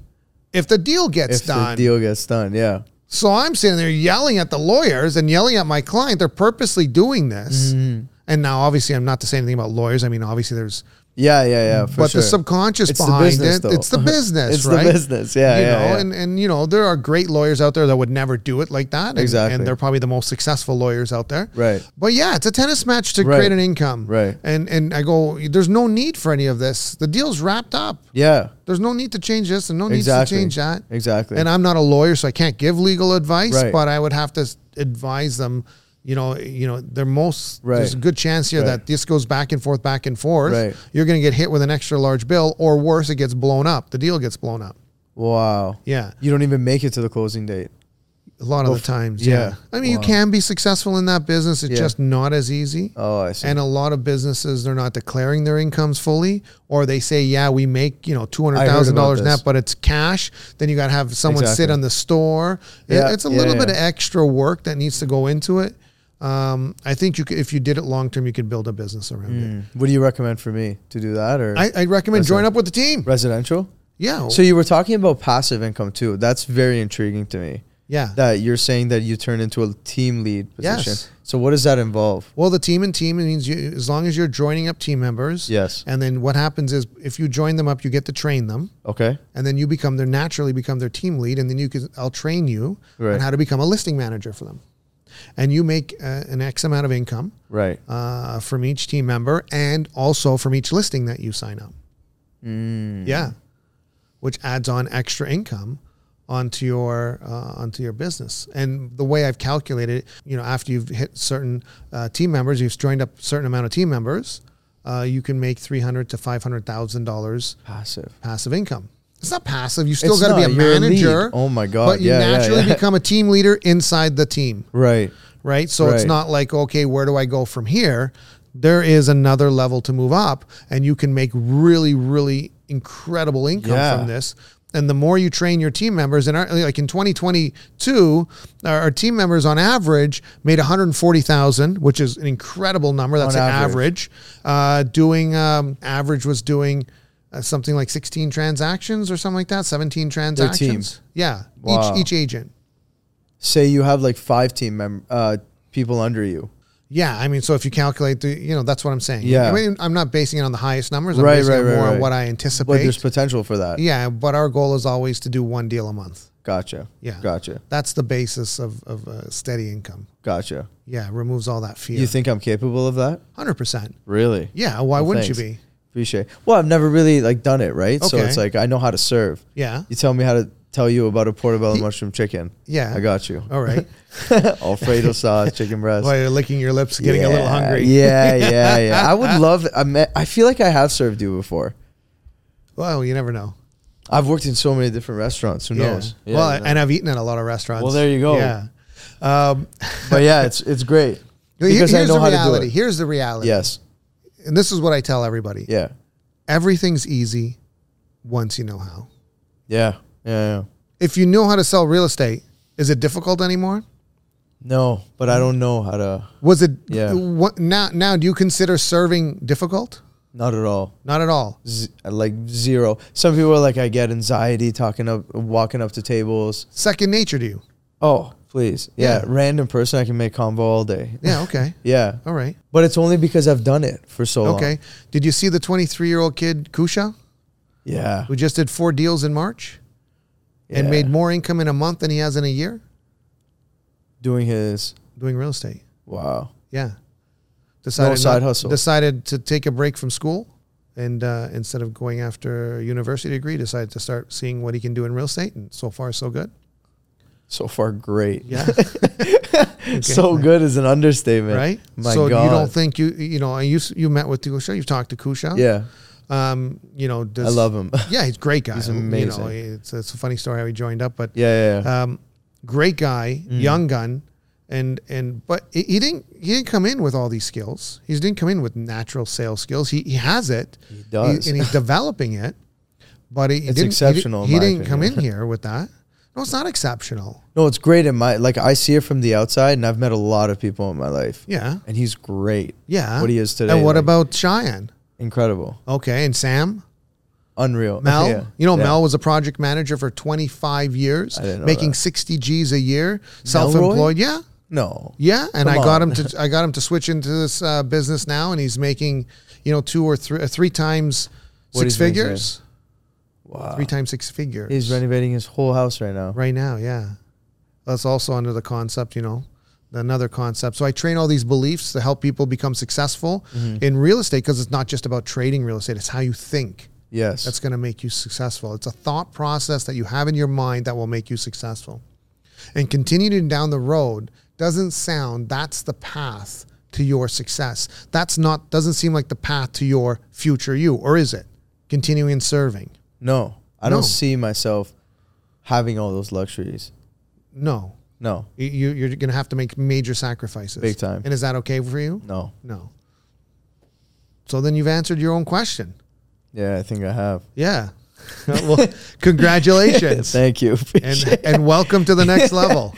S1: if the deal gets
S2: if
S1: done.
S2: the deal gets done, yeah.
S1: So I'm sitting there yelling at the lawyers and yelling at my client. They're purposely doing this.
S2: Mm-hmm.
S1: And now, obviously, I'm not to say anything about lawyers. I mean, obviously, there's,
S2: Yeah, yeah, yeah. For
S1: Mm. but
S2: sure.
S1: the subconscious
S2: It's the
S1: behind
S2: business,
S1: it,
S2: though.
S1: it's the business,
S2: It's
S1: right?
S2: the business, yeah,
S1: you
S2: yeah,
S1: know,
S2: yeah.
S1: and and you know, there are great lawyers out there that would never do it like that. And,
S2: Exactly.
S1: And they're probably the most successful lawyers out there.
S2: Right.
S1: But yeah, it's a tennis match to
S2: Right.
S1: create an income.
S2: Right.
S1: And and I go, there's no need for any of this. The deal's wrapped up.
S2: yeah,
S1: There's no need to change this and no need to
S2: exactly.
S1: change that.
S2: Exactly.
S1: And I'm not a lawyer, so I can't give legal advice,
S2: Right.
S1: but I would have to s- advise them, you know, you know, they're most
S2: Right.
S1: there's a good chance here
S2: Right.
S1: that this goes back and forth, back and forth.
S2: Right.
S1: You're gonna get hit with an extra large bill, or worse, it gets blown up. The deal gets blown up.
S2: wow.
S1: Yeah.
S2: You don't even make it to the closing date.
S1: A lot of the times. Yeah.
S2: yeah.
S1: I mean
S2: Wow.
S1: you can be successful in that business. It's
S2: Yeah.
S1: just not as easy.
S2: Oh, I see.
S1: And a lot of businesses they're not declaring their incomes fully, or they say, "Yeah, we make you know two hundred thousand dollars net,
S2: this.
S1: but it's cash." Then you got to have someone sit
S2: Exactly.
S1: on the store. It-
S2: Yeah,
S1: it's a
S2: yeah,
S1: little bit
S2: yeah.
S1: of extra work that needs to go into it. Um, I think you could, if you did it long term, you could build a business around it.
S2: what do you recommend for me to do that or
S1: I, I recommend
S2: Mm. That's
S1: join
S2: it.
S1: up with the team.
S2: residential?
S1: Yeah,
S2: So you were talking about passive income too. That's very intriguing to me.
S1: yeah.
S2: That you're saying that you turn into a team lead position.
S1: Yes.
S2: So what does that involve?
S1: Well, the team and team means you, as long as you're joining up team members.
S2: Yes.
S1: And then what happens is if you join them up, you get to train them.
S2: Okay.
S1: and then you become their naturally become their team lead, and then you can I'll train you on
S2: Right.
S1: how to become a listing manager for them, and you make uh, an X amount of income
S2: Right.
S1: uh, from each team member, and also from each listing that you sign up. Yeah, which adds on extra income onto your uh, onto your business. And the way I've calculated, it, you know, after you've hit certain uh, team members, you've joined up certain amount of team members, uh, you can make three hundred to five hundred thousand dollars
S2: Passive.
S1: passive income. It's not passive. You still
S2: It's
S1: got to be a
S2: not. You're a lead.
S1: manager.
S2: Oh my God.
S1: But you
S2: Yeah, yeah,
S1: naturally
S2: yeah.
S1: become a team leader inside the team,
S2: Right.
S1: right? So it's
S2: Right.
S1: not like okay, where do I go from here? There is another level to move up, and you can make really, really incredible income
S2: Yeah.
S1: from this. And the more you train your team members, and our, like in 2022, our, our team members on average made 140,000, which is an incredible number. That's
S2: On
S1: an average average.
S2: average.
S1: Uh, doing um, average was doing uh, something like 16 transactions or something like that, 17 transactions. Yeah,
S2: Wow.
S1: each each agent.
S2: Say you have like five team mem- uh, people under you.
S1: Yeah, I mean, so if you calculate the, you know, that's what I'm saying.
S2: Yeah.
S1: I mean, I'm not basing it on the highest numbers. I'm
S2: Right,
S1: basing
S2: right,
S1: it
S2: right,
S1: more on
S2: right.
S1: what I
S2: But
S1: anticipate.
S2: there's potential for that.
S1: yeah, but our goal is always to do one deal a month.
S2: Gotcha.
S1: Yeah.
S2: Gotcha.
S1: That's the basis of of uh, steady income.
S2: Gotcha.
S1: Yeah, removes all that fear.
S2: You think I'm capable of that?
S1: Hundred percent.
S2: Really?
S1: Yeah. Why wouldn't you be?
S2: thanks. Appreciate. Well, I've never really like done it, right? So
S1: Okay.
S2: it's like I know how to serve.
S1: Yeah.
S2: You tell me how to tell you about a portobello mushroom chicken.
S1: Yeah.
S2: I got you.
S1: All right.
S2: Alfredo sauce, chicken breast.
S1: While you're licking your lips, getting a little
S2: Yeah,
S1: hungry.
S2: Yeah, yeah, yeah. I would love. I met, I feel like I have served you before.
S1: Well, you never know.
S2: I've worked in so many different restaurants. Who
S1: Yeah.
S2: knows?
S3: Yeah,
S1: well,
S3: you know.
S1: and I've eaten at a lot of restaurants.
S3: Well, there you go.
S1: Yeah. Um,
S2: But yeah, it's it's great
S1: here-
S2: because I
S1: here's
S2: know
S1: the
S2: how
S1: reality.
S2: to do it.
S1: Here's the reality.
S2: Yes.
S1: And this is what I tell everybody.
S2: Yeah.
S1: Everything's easy once you know how.
S2: Yeah. Yeah. yeah.
S1: If you know how to sell real estate, is it difficult anymore?
S2: No, but
S1: Hmm.
S2: I don't know how to.
S1: Was it
S2: Yeah.
S1: what, now now do you consider serving difficult?
S2: Not at all.
S1: Not at all.
S2: Z- like zero. Some people are like, I get anxiety talking up, walking up to tables.
S1: Second nature to you.
S2: Oh, please. Yeah.
S1: Yeah.
S2: Random person, I can make convo all day.
S1: Yeah, okay.
S2: Yeah.
S1: All right.
S2: But it's only because I've done it for so long.
S1: Okay. Did you see the 23-year-old kid Kusha
S2: Yeah.
S1: who just did four deals in March and
S2: Yeah.
S1: made more income in a month than he has in a year
S2: Doing his.
S1: doing real estate?
S2: Wow.
S1: Yeah. Decided
S2: side hustle.
S1: Decided to take a break from school, and uh, instead of going after a university degree, decided to start seeing what he can do in real estate, and so far so good.
S2: So far, great.
S1: Yeah,
S2: so good is an understatement.
S1: right.
S2: My
S1: so
S2: God.
S1: you don't think you you know you you met with Kusha, you've talked to Kusha.
S2: Yeah.
S1: Um. You know. Does,
S2: I love him. yeah,
S1: Yeah, he's a great guy.
S2: He's
S1: You know,
S2: amazing.
S1: it's it's a funny story how he joined up, but
S2: yeah, Mm. yeah.
S1: um, great guy, young gun, and and but he- he didn't he didn't come in with all these skills. He didn't come in with natural sales skills. He he has it. He
S2: does.
S1: and he's developing it, but he, he
S2: It's
S1: didn't,
S2: exceptional,
S1: He,
S2: in my
S1: didn't come in
S2: opinion.
S1: here with that. No, it's not exceptional.
S2: No, it's great in my like I see it from the outside, and I've met a lot of people in my life.
S1: Yeah.
S2: and he's great.
S1: Yeah.
S2: What he is today,
S1: And what
S2: like,
S1: about Cheyenne?
S2: incredible,
S1: Okay, and Sam?
S2: unreal?
S1: Mel,
S2: Yeah.
S1: you know,
S2: Yeah.
S1: Mel was a project manager for 25 years,
S2: I didn't know
S1: making
S2: that.
S1: 60 G's a year, self-employed. Yeah,
S2: No,
S1: yeah. And
S2: Come
S1: I got
S2: on.
S1: him to I got him to switch into this uh, business now, and he's making, you know, two or three uh, three times
S2: What
S1: six
S2: is he making?
S1: figures.
S2: wow.
S1: Three times six figures.
S2: He's renovating his whole house right now.
S1: right now. Yeah, that's also under the concept, you know, another concept. So I train all these beliefs to help people become successful
S2: Mm-hmm.
S1: in real estate because it's not just about trading real estate; it's how you think.
S2: Yes,
S1: that's going to make you successful. It's a thought process that you have in your mind that will make you successful. And continuing down the road doesn't sound that's the path to your success. That's not doesn't seem like the path to your future you, or is it? Continuing serving.
S2: no. I
S1: No.
S2: don't see myself having all those luxuries.
S1: No.
S2: No,
S1: You- You you're going to have to make major sacrifices.
S2: Big time.
S1: And is that okay for you?
S2: no.
S1: No. So then you've answered your own question.
S2: Yeah, I think I have.
S1: Yeah. well, congratulations.
S2: Thank you.
S1: and and welcome to the next level.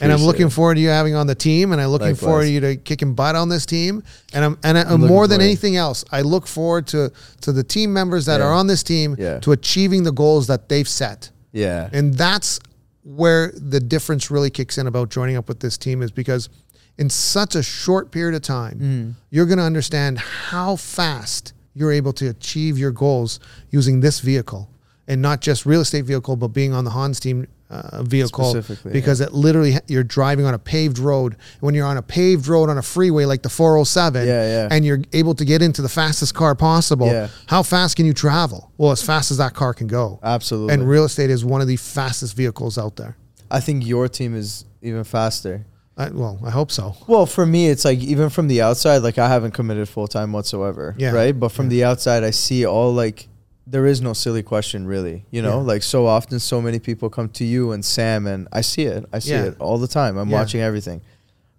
S1: And I'm
S2: Appreciate
S1: looking
S2: it.
S1: forward to you having on the team, and I'm looking
S2: Likewise.
S1: forward to you to kicking butt on this team. And I'm and I,
S2: looking
S1: more than
S2: forward.
S1: anything else, I look forward to to the team members that
S2: Yeah.
S1: are on this team
S2: Yeah.
S1: to achieving the goals that they've set.
S2: yeah,
S1: And that's where the difference really kicks in about joining up with this team is because in such a short period of time,
S2: Mm.
S1: you're going to understand how fast you're able to achieve your goals using this vehicle and not just real estate vehicle, but being on the Hans team uh, vehicle
S2: Specifically,
S1: because it literally you're driving on a paved road. When you're on a paved road on a freeway like the 407
S2: Yeah, yeah.
S1: and you're able to get into the fastest car possible,
S2: Yeah.
S1: how fast can you travel? Well, as fast as that car can go.
S2: absolutely.
S1: And real estate is one of the fastest vehicles out there.
S2: I think your team is even faster.
S1: I, well, I hope so.
S2: Well, for me, it's like even from the outside, like I haven't committed full time whatsoever.
S1: Yeah.
S2: Right. But from the outside, I see all like there is no silly question really. You know,
S1: Yeah.
S2: like so often, so many people come to you and Sam, and I see it. I see
S1: Yeah.
S2: it all the time. I'm
S1: Yeah.
S2: watching everything.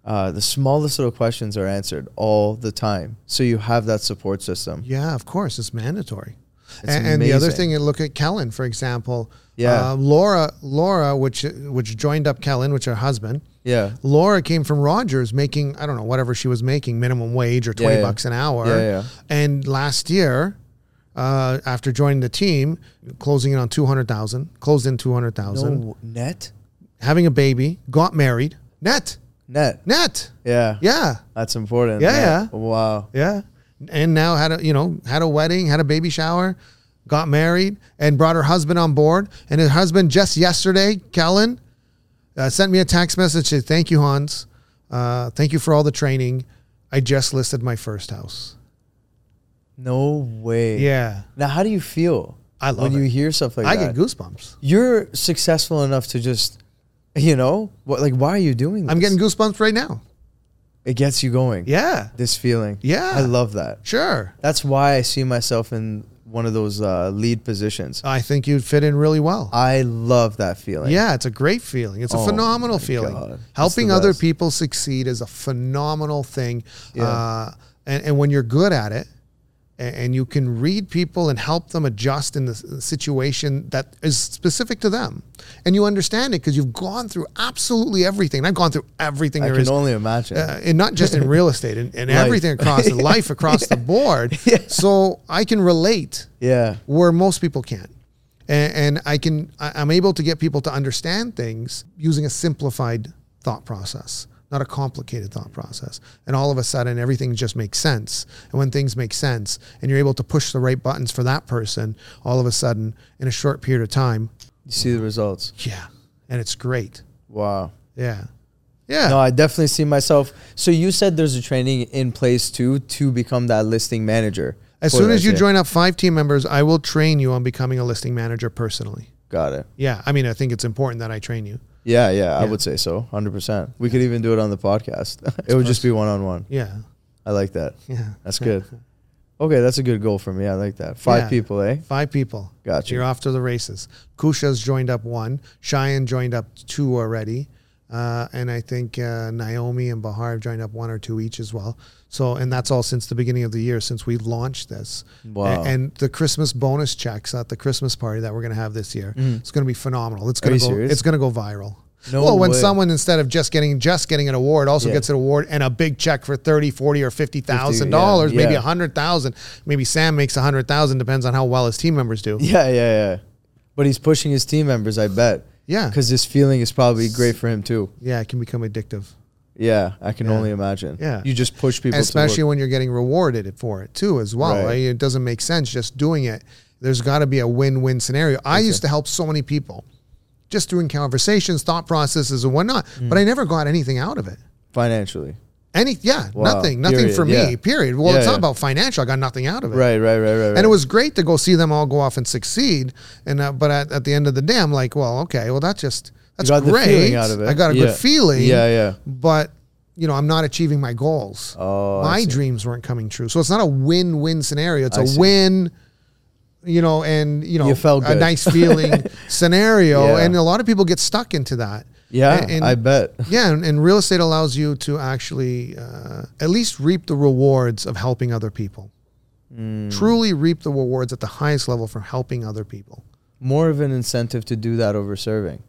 S2: Uh, the smallest little questions are answered all the time. So you have that support system.
S1: Yeah, of course, it's mandatory.
S2: It's
S1: and, and the other
S2: amazing.
S1: thing, and look at Kellen, for example.
S2: Yeah.
S1: Uh, Laura, Laura, which which joined up Kellen, which her husband.
S2: Yeah.
S1: Laura came from Rogers making, I don't know, whatever she was making, minimum wage or 20
S2: yeah.
S1: bucks an hour.
S2: Yeah, yeah.
S1: And last year, uh, after joining the team, closing in on 200,000, closed in 200,000,
S2: No net.
S1: having a baby, got married, net,
S2: Net.
S1: net.
S2: Yeah.
S1: Yeah.
S2: That's important.
S1: Yeah,
S2: Net.
S1: yeah.
S2: Wow.
S1: Yeah. And now had a you know had a wedding, had a baby shower, got married, and brought her husband on board. And her husband just yesterday, Kellen, uh, sent me a text message. Said, "Thank you, Hans. Uh, thank you for all the training. I just listed my first house.
S2: No way.
S1: Yeah,
S2: Now, how do you feel?
S1: I love
S2: when you
S1: it.
S2: hear stuff like
S1: I
S2: that.
S1: get goosebumps.
S2: you're successful enough to just, you know, what like why are you doing? This?
S1: I'm getting goosebumps right now.
S2: it gets you going.
S1: Yeah,
S2: this feeling.
S1: Yeah.
S2: I love that.
S1: sure.
S2: That's why I see myself in one of those uh, lead positions.
S1: I think you'd fit in really well.
S2: I love that feeling.
S1: Yeah, it's a great feeling. It's a
S2: Oh
S1: phenomenal
S2: my
S1: feeling.
S2: God. It's
S1: Helping
S2: the
S1: other
S2: best.
S1: people succeed is a phenomenal thing.
S2: Yeah.
S1: Uh, and, and when you're good at it, a- and, you can read people and help them adjust in the s- situation that is specific to them, and you understand it because you've gone through absolutely everything. And I've gone through everything
S2: I
S1: there
S2: can
S1: is
S2: only imagine.
S1: uh, and not just in real estate and, and
S2: Life.
S1: everything across and life across the board. So I can relate
S2: yeah,
S1: where most people can't. And, and I can, I, I'm able to get people to understand things using a simplified thought process, not a complicated thought process. And all of a sudden, everything just makes sense. And when things make sense, and you're able to push the right buttons for that person, all of a sudden, in a short period of time,
S2: you see the results.
S1: yeah, and it's great.
S2: Wow.
S1: Yeah, yeah,
S2: No, I definitely see myself. So you said there's a training in place too to become that listing manager.
S1: As
S2: for
S1: soon
S2: that
S1: as you
S2: shit.
S1: join up five team members, I will train you on becoming a listing manager personally.
S2: got it.
S1: Yeah, I mean, I think it's important that I train you.
S2: Yeah, yeah, I would say so, hundred percent. We could even do it on the podcast. it would just be one on one.
S1: Yeah,
S2: I like that.
S1: yeah.
S2: That's good. Okay, that's a good goal for me. I like that. Five
S1: Yeah.
S2: people, eh?
S1: Five people.
S2: Gotcha.
S1: You're off to the races. Kusha's joined up one. Cheyenne joined up two already. Uh, and I think uh, Naomi and Bahar have joined up one or two each as well. So, and that's all since the beginning of the year, since we launched this.
S2: Wow.
S1: A- And the Christmas bonus checks at the Christmas party that we're going to have this year, it's going to be phenomenal. It's going
S2: Mm. you
S1: to go.
S2: serious?
S1: It's going to go viral.
S2: No
S1: well, when
S2: way.
S1: someone instead of just getting just getting an award also
S2: Yeah.
S1: gets an award and a big check for 30, 40 or 50,000 dollars,
S2: yeah,
S1: maybe
S2: yeah.
S1: a 100,000, maybe Sam makes a 100,000 depends on how well his team members do.
S2: Yeah, yeah, yeah. But he's pushing his team members, I bet.
S1: Yeah.
S2: Because this feeling is probably great for him too.
S1: Yeah, it can become addictive.
S2: Yeah, I can
S1: Yeah.
S2: only imagine.
S1: Yeah.
S2: You just push people
S1: especially
S2: to work.
S1: when you're getting rewarded for it too as well
S2: Right.
S1: right? it doesn't make sense just doing it there's got to be a win-win scenario i used to help so many people just doing conversations thought processes and whatnot
S2: Mm.
S1: but i never got anything out of it
S2: financially.
S1: any yeah
S2: Wow.
S1: nothing nothing
S2: Period.
S1: for me
S2: Yeah.
S1: period well
S2: Yeah,
S1: it's
S2: yeah.
S1: not about financial i got nothing out of it
S2: Right, right, right, right. right.
S1: and it was great to go see them all go off and succeed and uh, but at, at the end of the day i'm like well okay well that's just that's
S2: got the
S1: great
S2: feeling out of it.
S1: i got a
S2: Yeah.
S1: good feeling
S2: Yeah, yeah.
S1: but you know i'm not achieving my goals
S2: Oh, I
S1: my
S2: see.
S1: dreams weren't coming true so it's not a win-win scenario it's
S2: I
S1: a
S2: see.
S1: win you know and you know
S2: You felt
S1: a
S2: good.
S1: nice feeling scenario
S2: Yeah.
S1: and a lot of people get stuck into that
S2: Yeah,
S1: and, and-
S2: I bet.
S1: yeah and, and real estate allows you to actually uh, at least reap the rewards of helping other people
S2: Hmm.
S1: truly reap the rewards at the highest level for helping other people
S2: More of an incentive to do that over serving.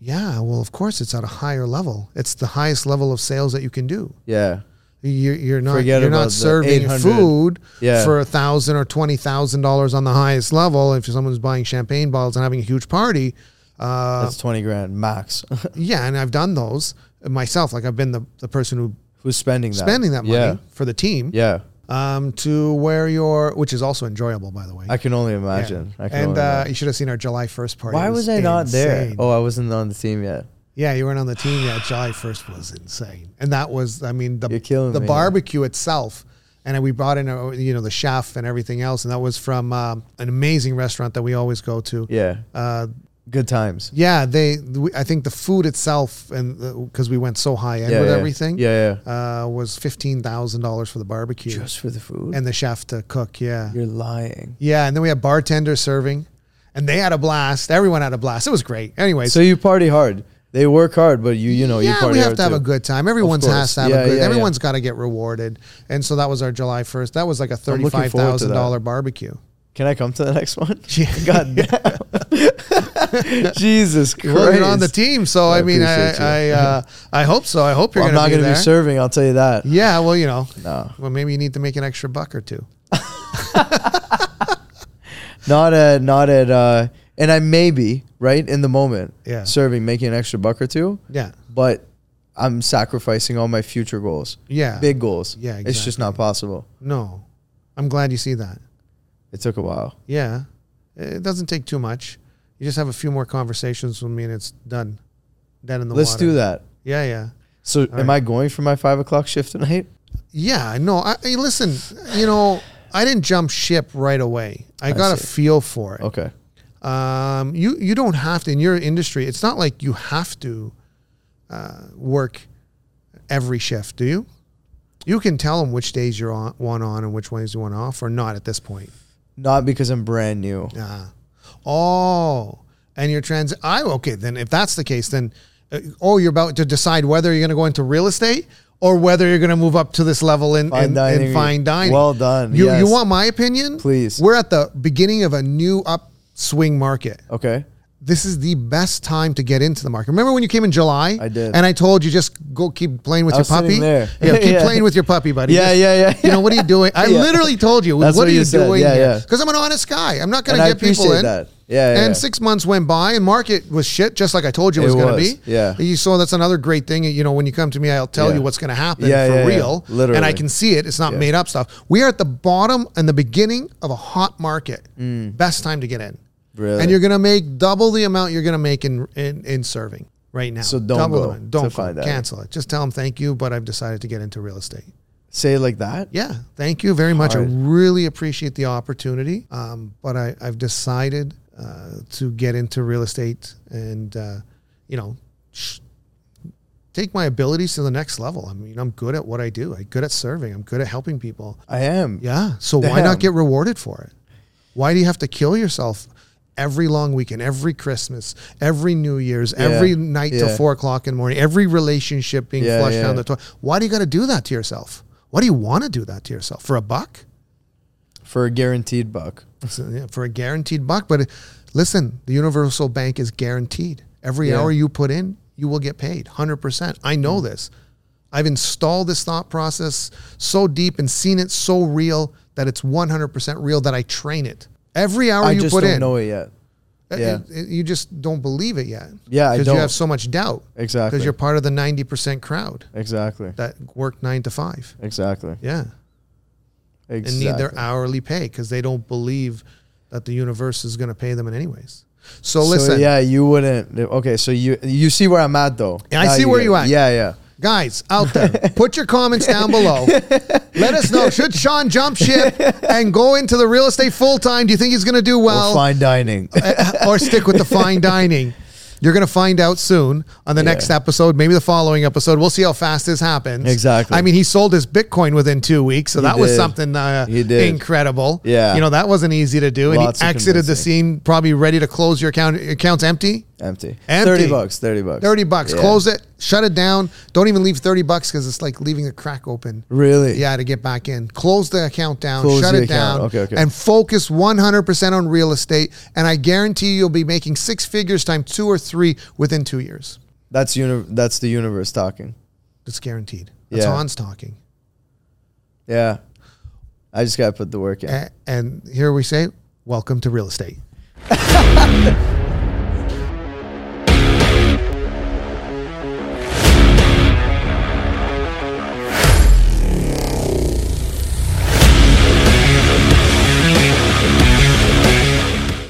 S1: yeah well of course it's at a higher level it's the highest level of sales that you can do
S2: Yeah.
S1: You're, you're not
S2: Forget
S1: you're
S2: about
S1: not
S2: the
S1: serving
S2: 800.
S1: food
S2: Yeah.
S1: for a thousand or twenty thousand dollars on the highest level. If someone's buying champagne bottles and having a huge party, uh,
S2: That's 20 grand max.
S1: yeah, and I've done those myself. Like I've been the, the person who
S2: Who's spending that?
S1: spending that money
S2: Yeah.
S1: for the team.
S2: Yeah.
S1: Um, to where your which is also enjoyable by the way.
S2: I can only
S1: Yeah.
S2: imagine. I can
S1: and
S2: only
S1: uh,
S2: imagine.
S1: you should have seen our July first party.
S2: Why
S1: It
S2: was, I not there?
S1: insane.
S2: Oh, I wasn't on the team yet.
S1: Yeah, you weren't on the team yet. July first was insane, and that was, I mean, the
S2: You're killing
S1: the
S2: me.
S1: barbecue itself, and we brought in, uh, you know, the chef and everything else, and that was from um, an amazing restaurant that we always go to.
S2: Yeah.
S1: Uh,
S2: Good times.
S1: yeah, they. We, I think the food itself, and because we went so high end
S2: Yeah,
S1: with
S2: yeah.
S1: everything,
S2: Yeah,
S1: Uh, was fifteen thousand dollars for the barbecue
S2: Just for the food.
S1: and the chef to cook. Yeah,
S2: You're lying.
S1: yeah, and then we had bartenders serving, and they had a blast. Everyone had a blast. It was great. Anyway,
S2: So you party hard. They work hard, but you you know you
S1: yeah,
S2: party
S1: we have
S2: hard
S1: to have
S2: too.
S1: a good time. Everyone's has
S2: course.
S1: to have
S2: Yeah,
S1: a good.
S2: yeah, yeah.
S1: everyone's got to get rewarded, and so that was our July first. That was like a
S2: I'm looking
S1: thirty-five
S2: forward to
S1: thousand
S2: that.
S1: dollar barbecue.
S2: Can I come to the next one?
S1: Yeah.
S2: God damn. Jesus Christ.
S1: Well, you're on the team, so
S2: I
S1: I, mean,
S2: appreciate
S1: I I, uh, I hope so. I hope you're
S2: Well, I'm not
S1: going to be
S2: gonna be
S1: there.
S2: serving. I'll tell you that.
S1: yeah, well, you know,
S2: No,
S1: well, maybe you need to make an extra buck or two.
S2: not at not at. Uh, and I may be right in the moment.
S1: Yeah.
S2: Serving, making an extra buck or two,
S1: Yeah,
S2: but I'm sacrificing all my future goals,
S1: yeah,
S2: big goals.
S1: Yeah,
S2: It's just not possible.
S1: No, I'm glad you see that.
S2: It took a while.
S1: Yeah, it doesn't take too much. You just have a few more conversations with me, and it's done. Dead in the
S2: Let's
S1: water.
S2: do that.
S1: Yeah, yeah.
S2: So, am
S1: right.
S2: I going for my five o'clock shift tonight?
S1: Yeah, no. I, I listen. You know, I didn't jump ship right away. I, got
S2: see.
S1: a feel for it.
S2: Okay.
S1: Um, you you don't have to in your industry. It's not like you have to uh, work every shift, do you? You can tell them which days you're on, one on and which ones you want off, or not at this point.
S2: Not because I'm brand new.
S1: Ah. Oh, and your trans. I okay. Then if that's the case, then uh, oh, you're about to decide whether you're going to go into real estate or whether you're going to move up to this level in
S2: Fine
S1: in,
S2: dining.
S1: in fine dining.
S2: Well done.
S1: You
S2: Yes.
S1: you want my opinion?
S2: Please.
S1: We're at the beginning of a new upswing market.
S2: Okay.
S1: This is the best time to get into the market. Remember when you came in July?
S2: I did.
S1: And I told you just go keep playing with
S2: I
S1: your
S2: was sitting
S1: puppy.
S2: there.
S1: Yeah, keep
S2: Yeah.
S1: playing with your puppy, buddy.
S2: Yeah,
S1: Just-
S2: yeah, yeah.
S1: you know what are you doing? I
S2: Yeah.
S1: literally told you.
S2: That's
S1: what,
S2: what
S1: are
S2: you
S1: you,
S2: said.
S1: doing?
S2: Yeah,
S1: here?
S2: yeah.
S1: Because I'm an honest guy. I'm not going
S2: And
S1: to
S2: I
S1: get people
S2: appreciate
S1: in.
S2: that. Yeah, yeah,
S1: And
S2: yeah.
S1: six months went by, and market was shit, just like I told you it was
S2: It
S1: going
S2: was,
S1: to be.
S2: yeah.
S1: You saw that's another great thing. You know, when you come to me, I'll tell
S2: Yeah.
S1: you what's going to happen
S2: Yeah,
S1: for
S2: yeah, yeah.
S1: real. And
S2: Literally.
S1: I can see it. It's not
S2: Yeah.
S1: made up stuff. We are at the bottom and the beginning of a hot market. Best time to get in.
S2: Mm. Really?
S1: And you're going to make double the amount you're going to make in, in in serving right now.
S2: So don't
S1: double
S2: go
S1: the amount.
S2: to
S1: Don't go.
S2: find out.
S1: cancel it. Just tell them thank you, but I've decided to get into real estate.
S2: Say it like that.
S1: Yeah, thank you very much.
S2: Hard.
S1: I really appreciate the opportunity, um, but I, I've decided uh, to get into real estate and, uh, you know, sh- take my abilities to the next level. I mean, I'm good at what I do. I'm good at serving. I'm good at helping people.
S2: I am.
S1: Yeah. So why
S2: Damn.
S1: not get rewarded for it? Why do you have to kill yourself every long weekend, every Christmas, every New Year's, every night till
S2: Yeah.
S1: four o'clock in the morning, every relationship being
S2: Yeah,
S1: flushed
S2: yeah.
S1: down the toilet? Why do you got to do that to yourself? Why do you want to do that to yourself for a buck?
S2: for a guaranteed buck.
S1: So, yeah, for a guaranteed buck. But listen, the Universal Bank is guaranteed. Every
S2: Yeah. Mm.
S1: hour you put in, you will get paid 100%. I know this. I've installed this thought process so deep and seen it so real that it's 100% real that I train it. Every hour
S2: I
S1: you
S2: just
S1: put
S2: don't
S1: in,
S2: know it yet.
S1: it-
S2: yeah.
S1: it- you just don't believe it yet.
S2: Yeah, I
S1: Because you
S2: don't.
S1: have so much doubt.
S2: Exactly.
S1: Because you're part of the 90% crowd
S2: exactly.
S1: that work nine to five.
S2: Exactly.
S1: Yeah. and
S2: Exactly.
S1: need their hourly pay because they don't believe that the universe is going to pay them in anyways. So
S2: So,
S1: listen,
S2: yeah, you wouldn't. Okay, so you you see where I'm at though.
S1: Yeah, I
S2: Now
S1: see where
S2: get
S1: you
S2: it.
S1: at.
S2: Yeah, yeah.
S1: guys out there, put your comments down below. Let us know should Sean jump ship and go into the real estate full time? Do you think he's going to do
S2: or
S1: well, uh,
S2: fine dining.
S1: or stick with the fine dining? You're going to find out soon on the next episode, maybe the following episode. We'll see how fast this happens.
S2: Exactly.
S1: I mean, he sold his Bitcoin within two weeks, so that was
S2: did.
S1: something uh,
S2: He did.
S1: incredible.
S2: Yeah.
S1: You know, that wasn't easy to do. And
S2: Lots
S1: he
S2: of
S1: exited the
S2: convincing.
S1: scene probably ready to close your account. Your account's empty.
S2: Empty.
S1: Empty.
S2: Thirty bucks. Thirty bucks.
S1: 30 bucks.
S2: Yeah.
S1: Close it, shut it down. Don't even leave 30 bucks because it's like leaving a crack open.
S2: Really?
S1: Yeah, to get back in. Close the account down,
S2: Close
S1: shut
S2: the
S1: it
S2: account.
S1: down,
S2: Okay, okay.
S1: and focus 100% on real estate. And I guarantee you'll be making six figures times two or three within two years.
S2: That's uni- That's the universe talking.
S1: That's guaranteed. That's
S2: Yeah.
S1: Hans talking.
S2: Yeah. I just gotta put the work in.
S1: A- and here we say, welcome to real estate.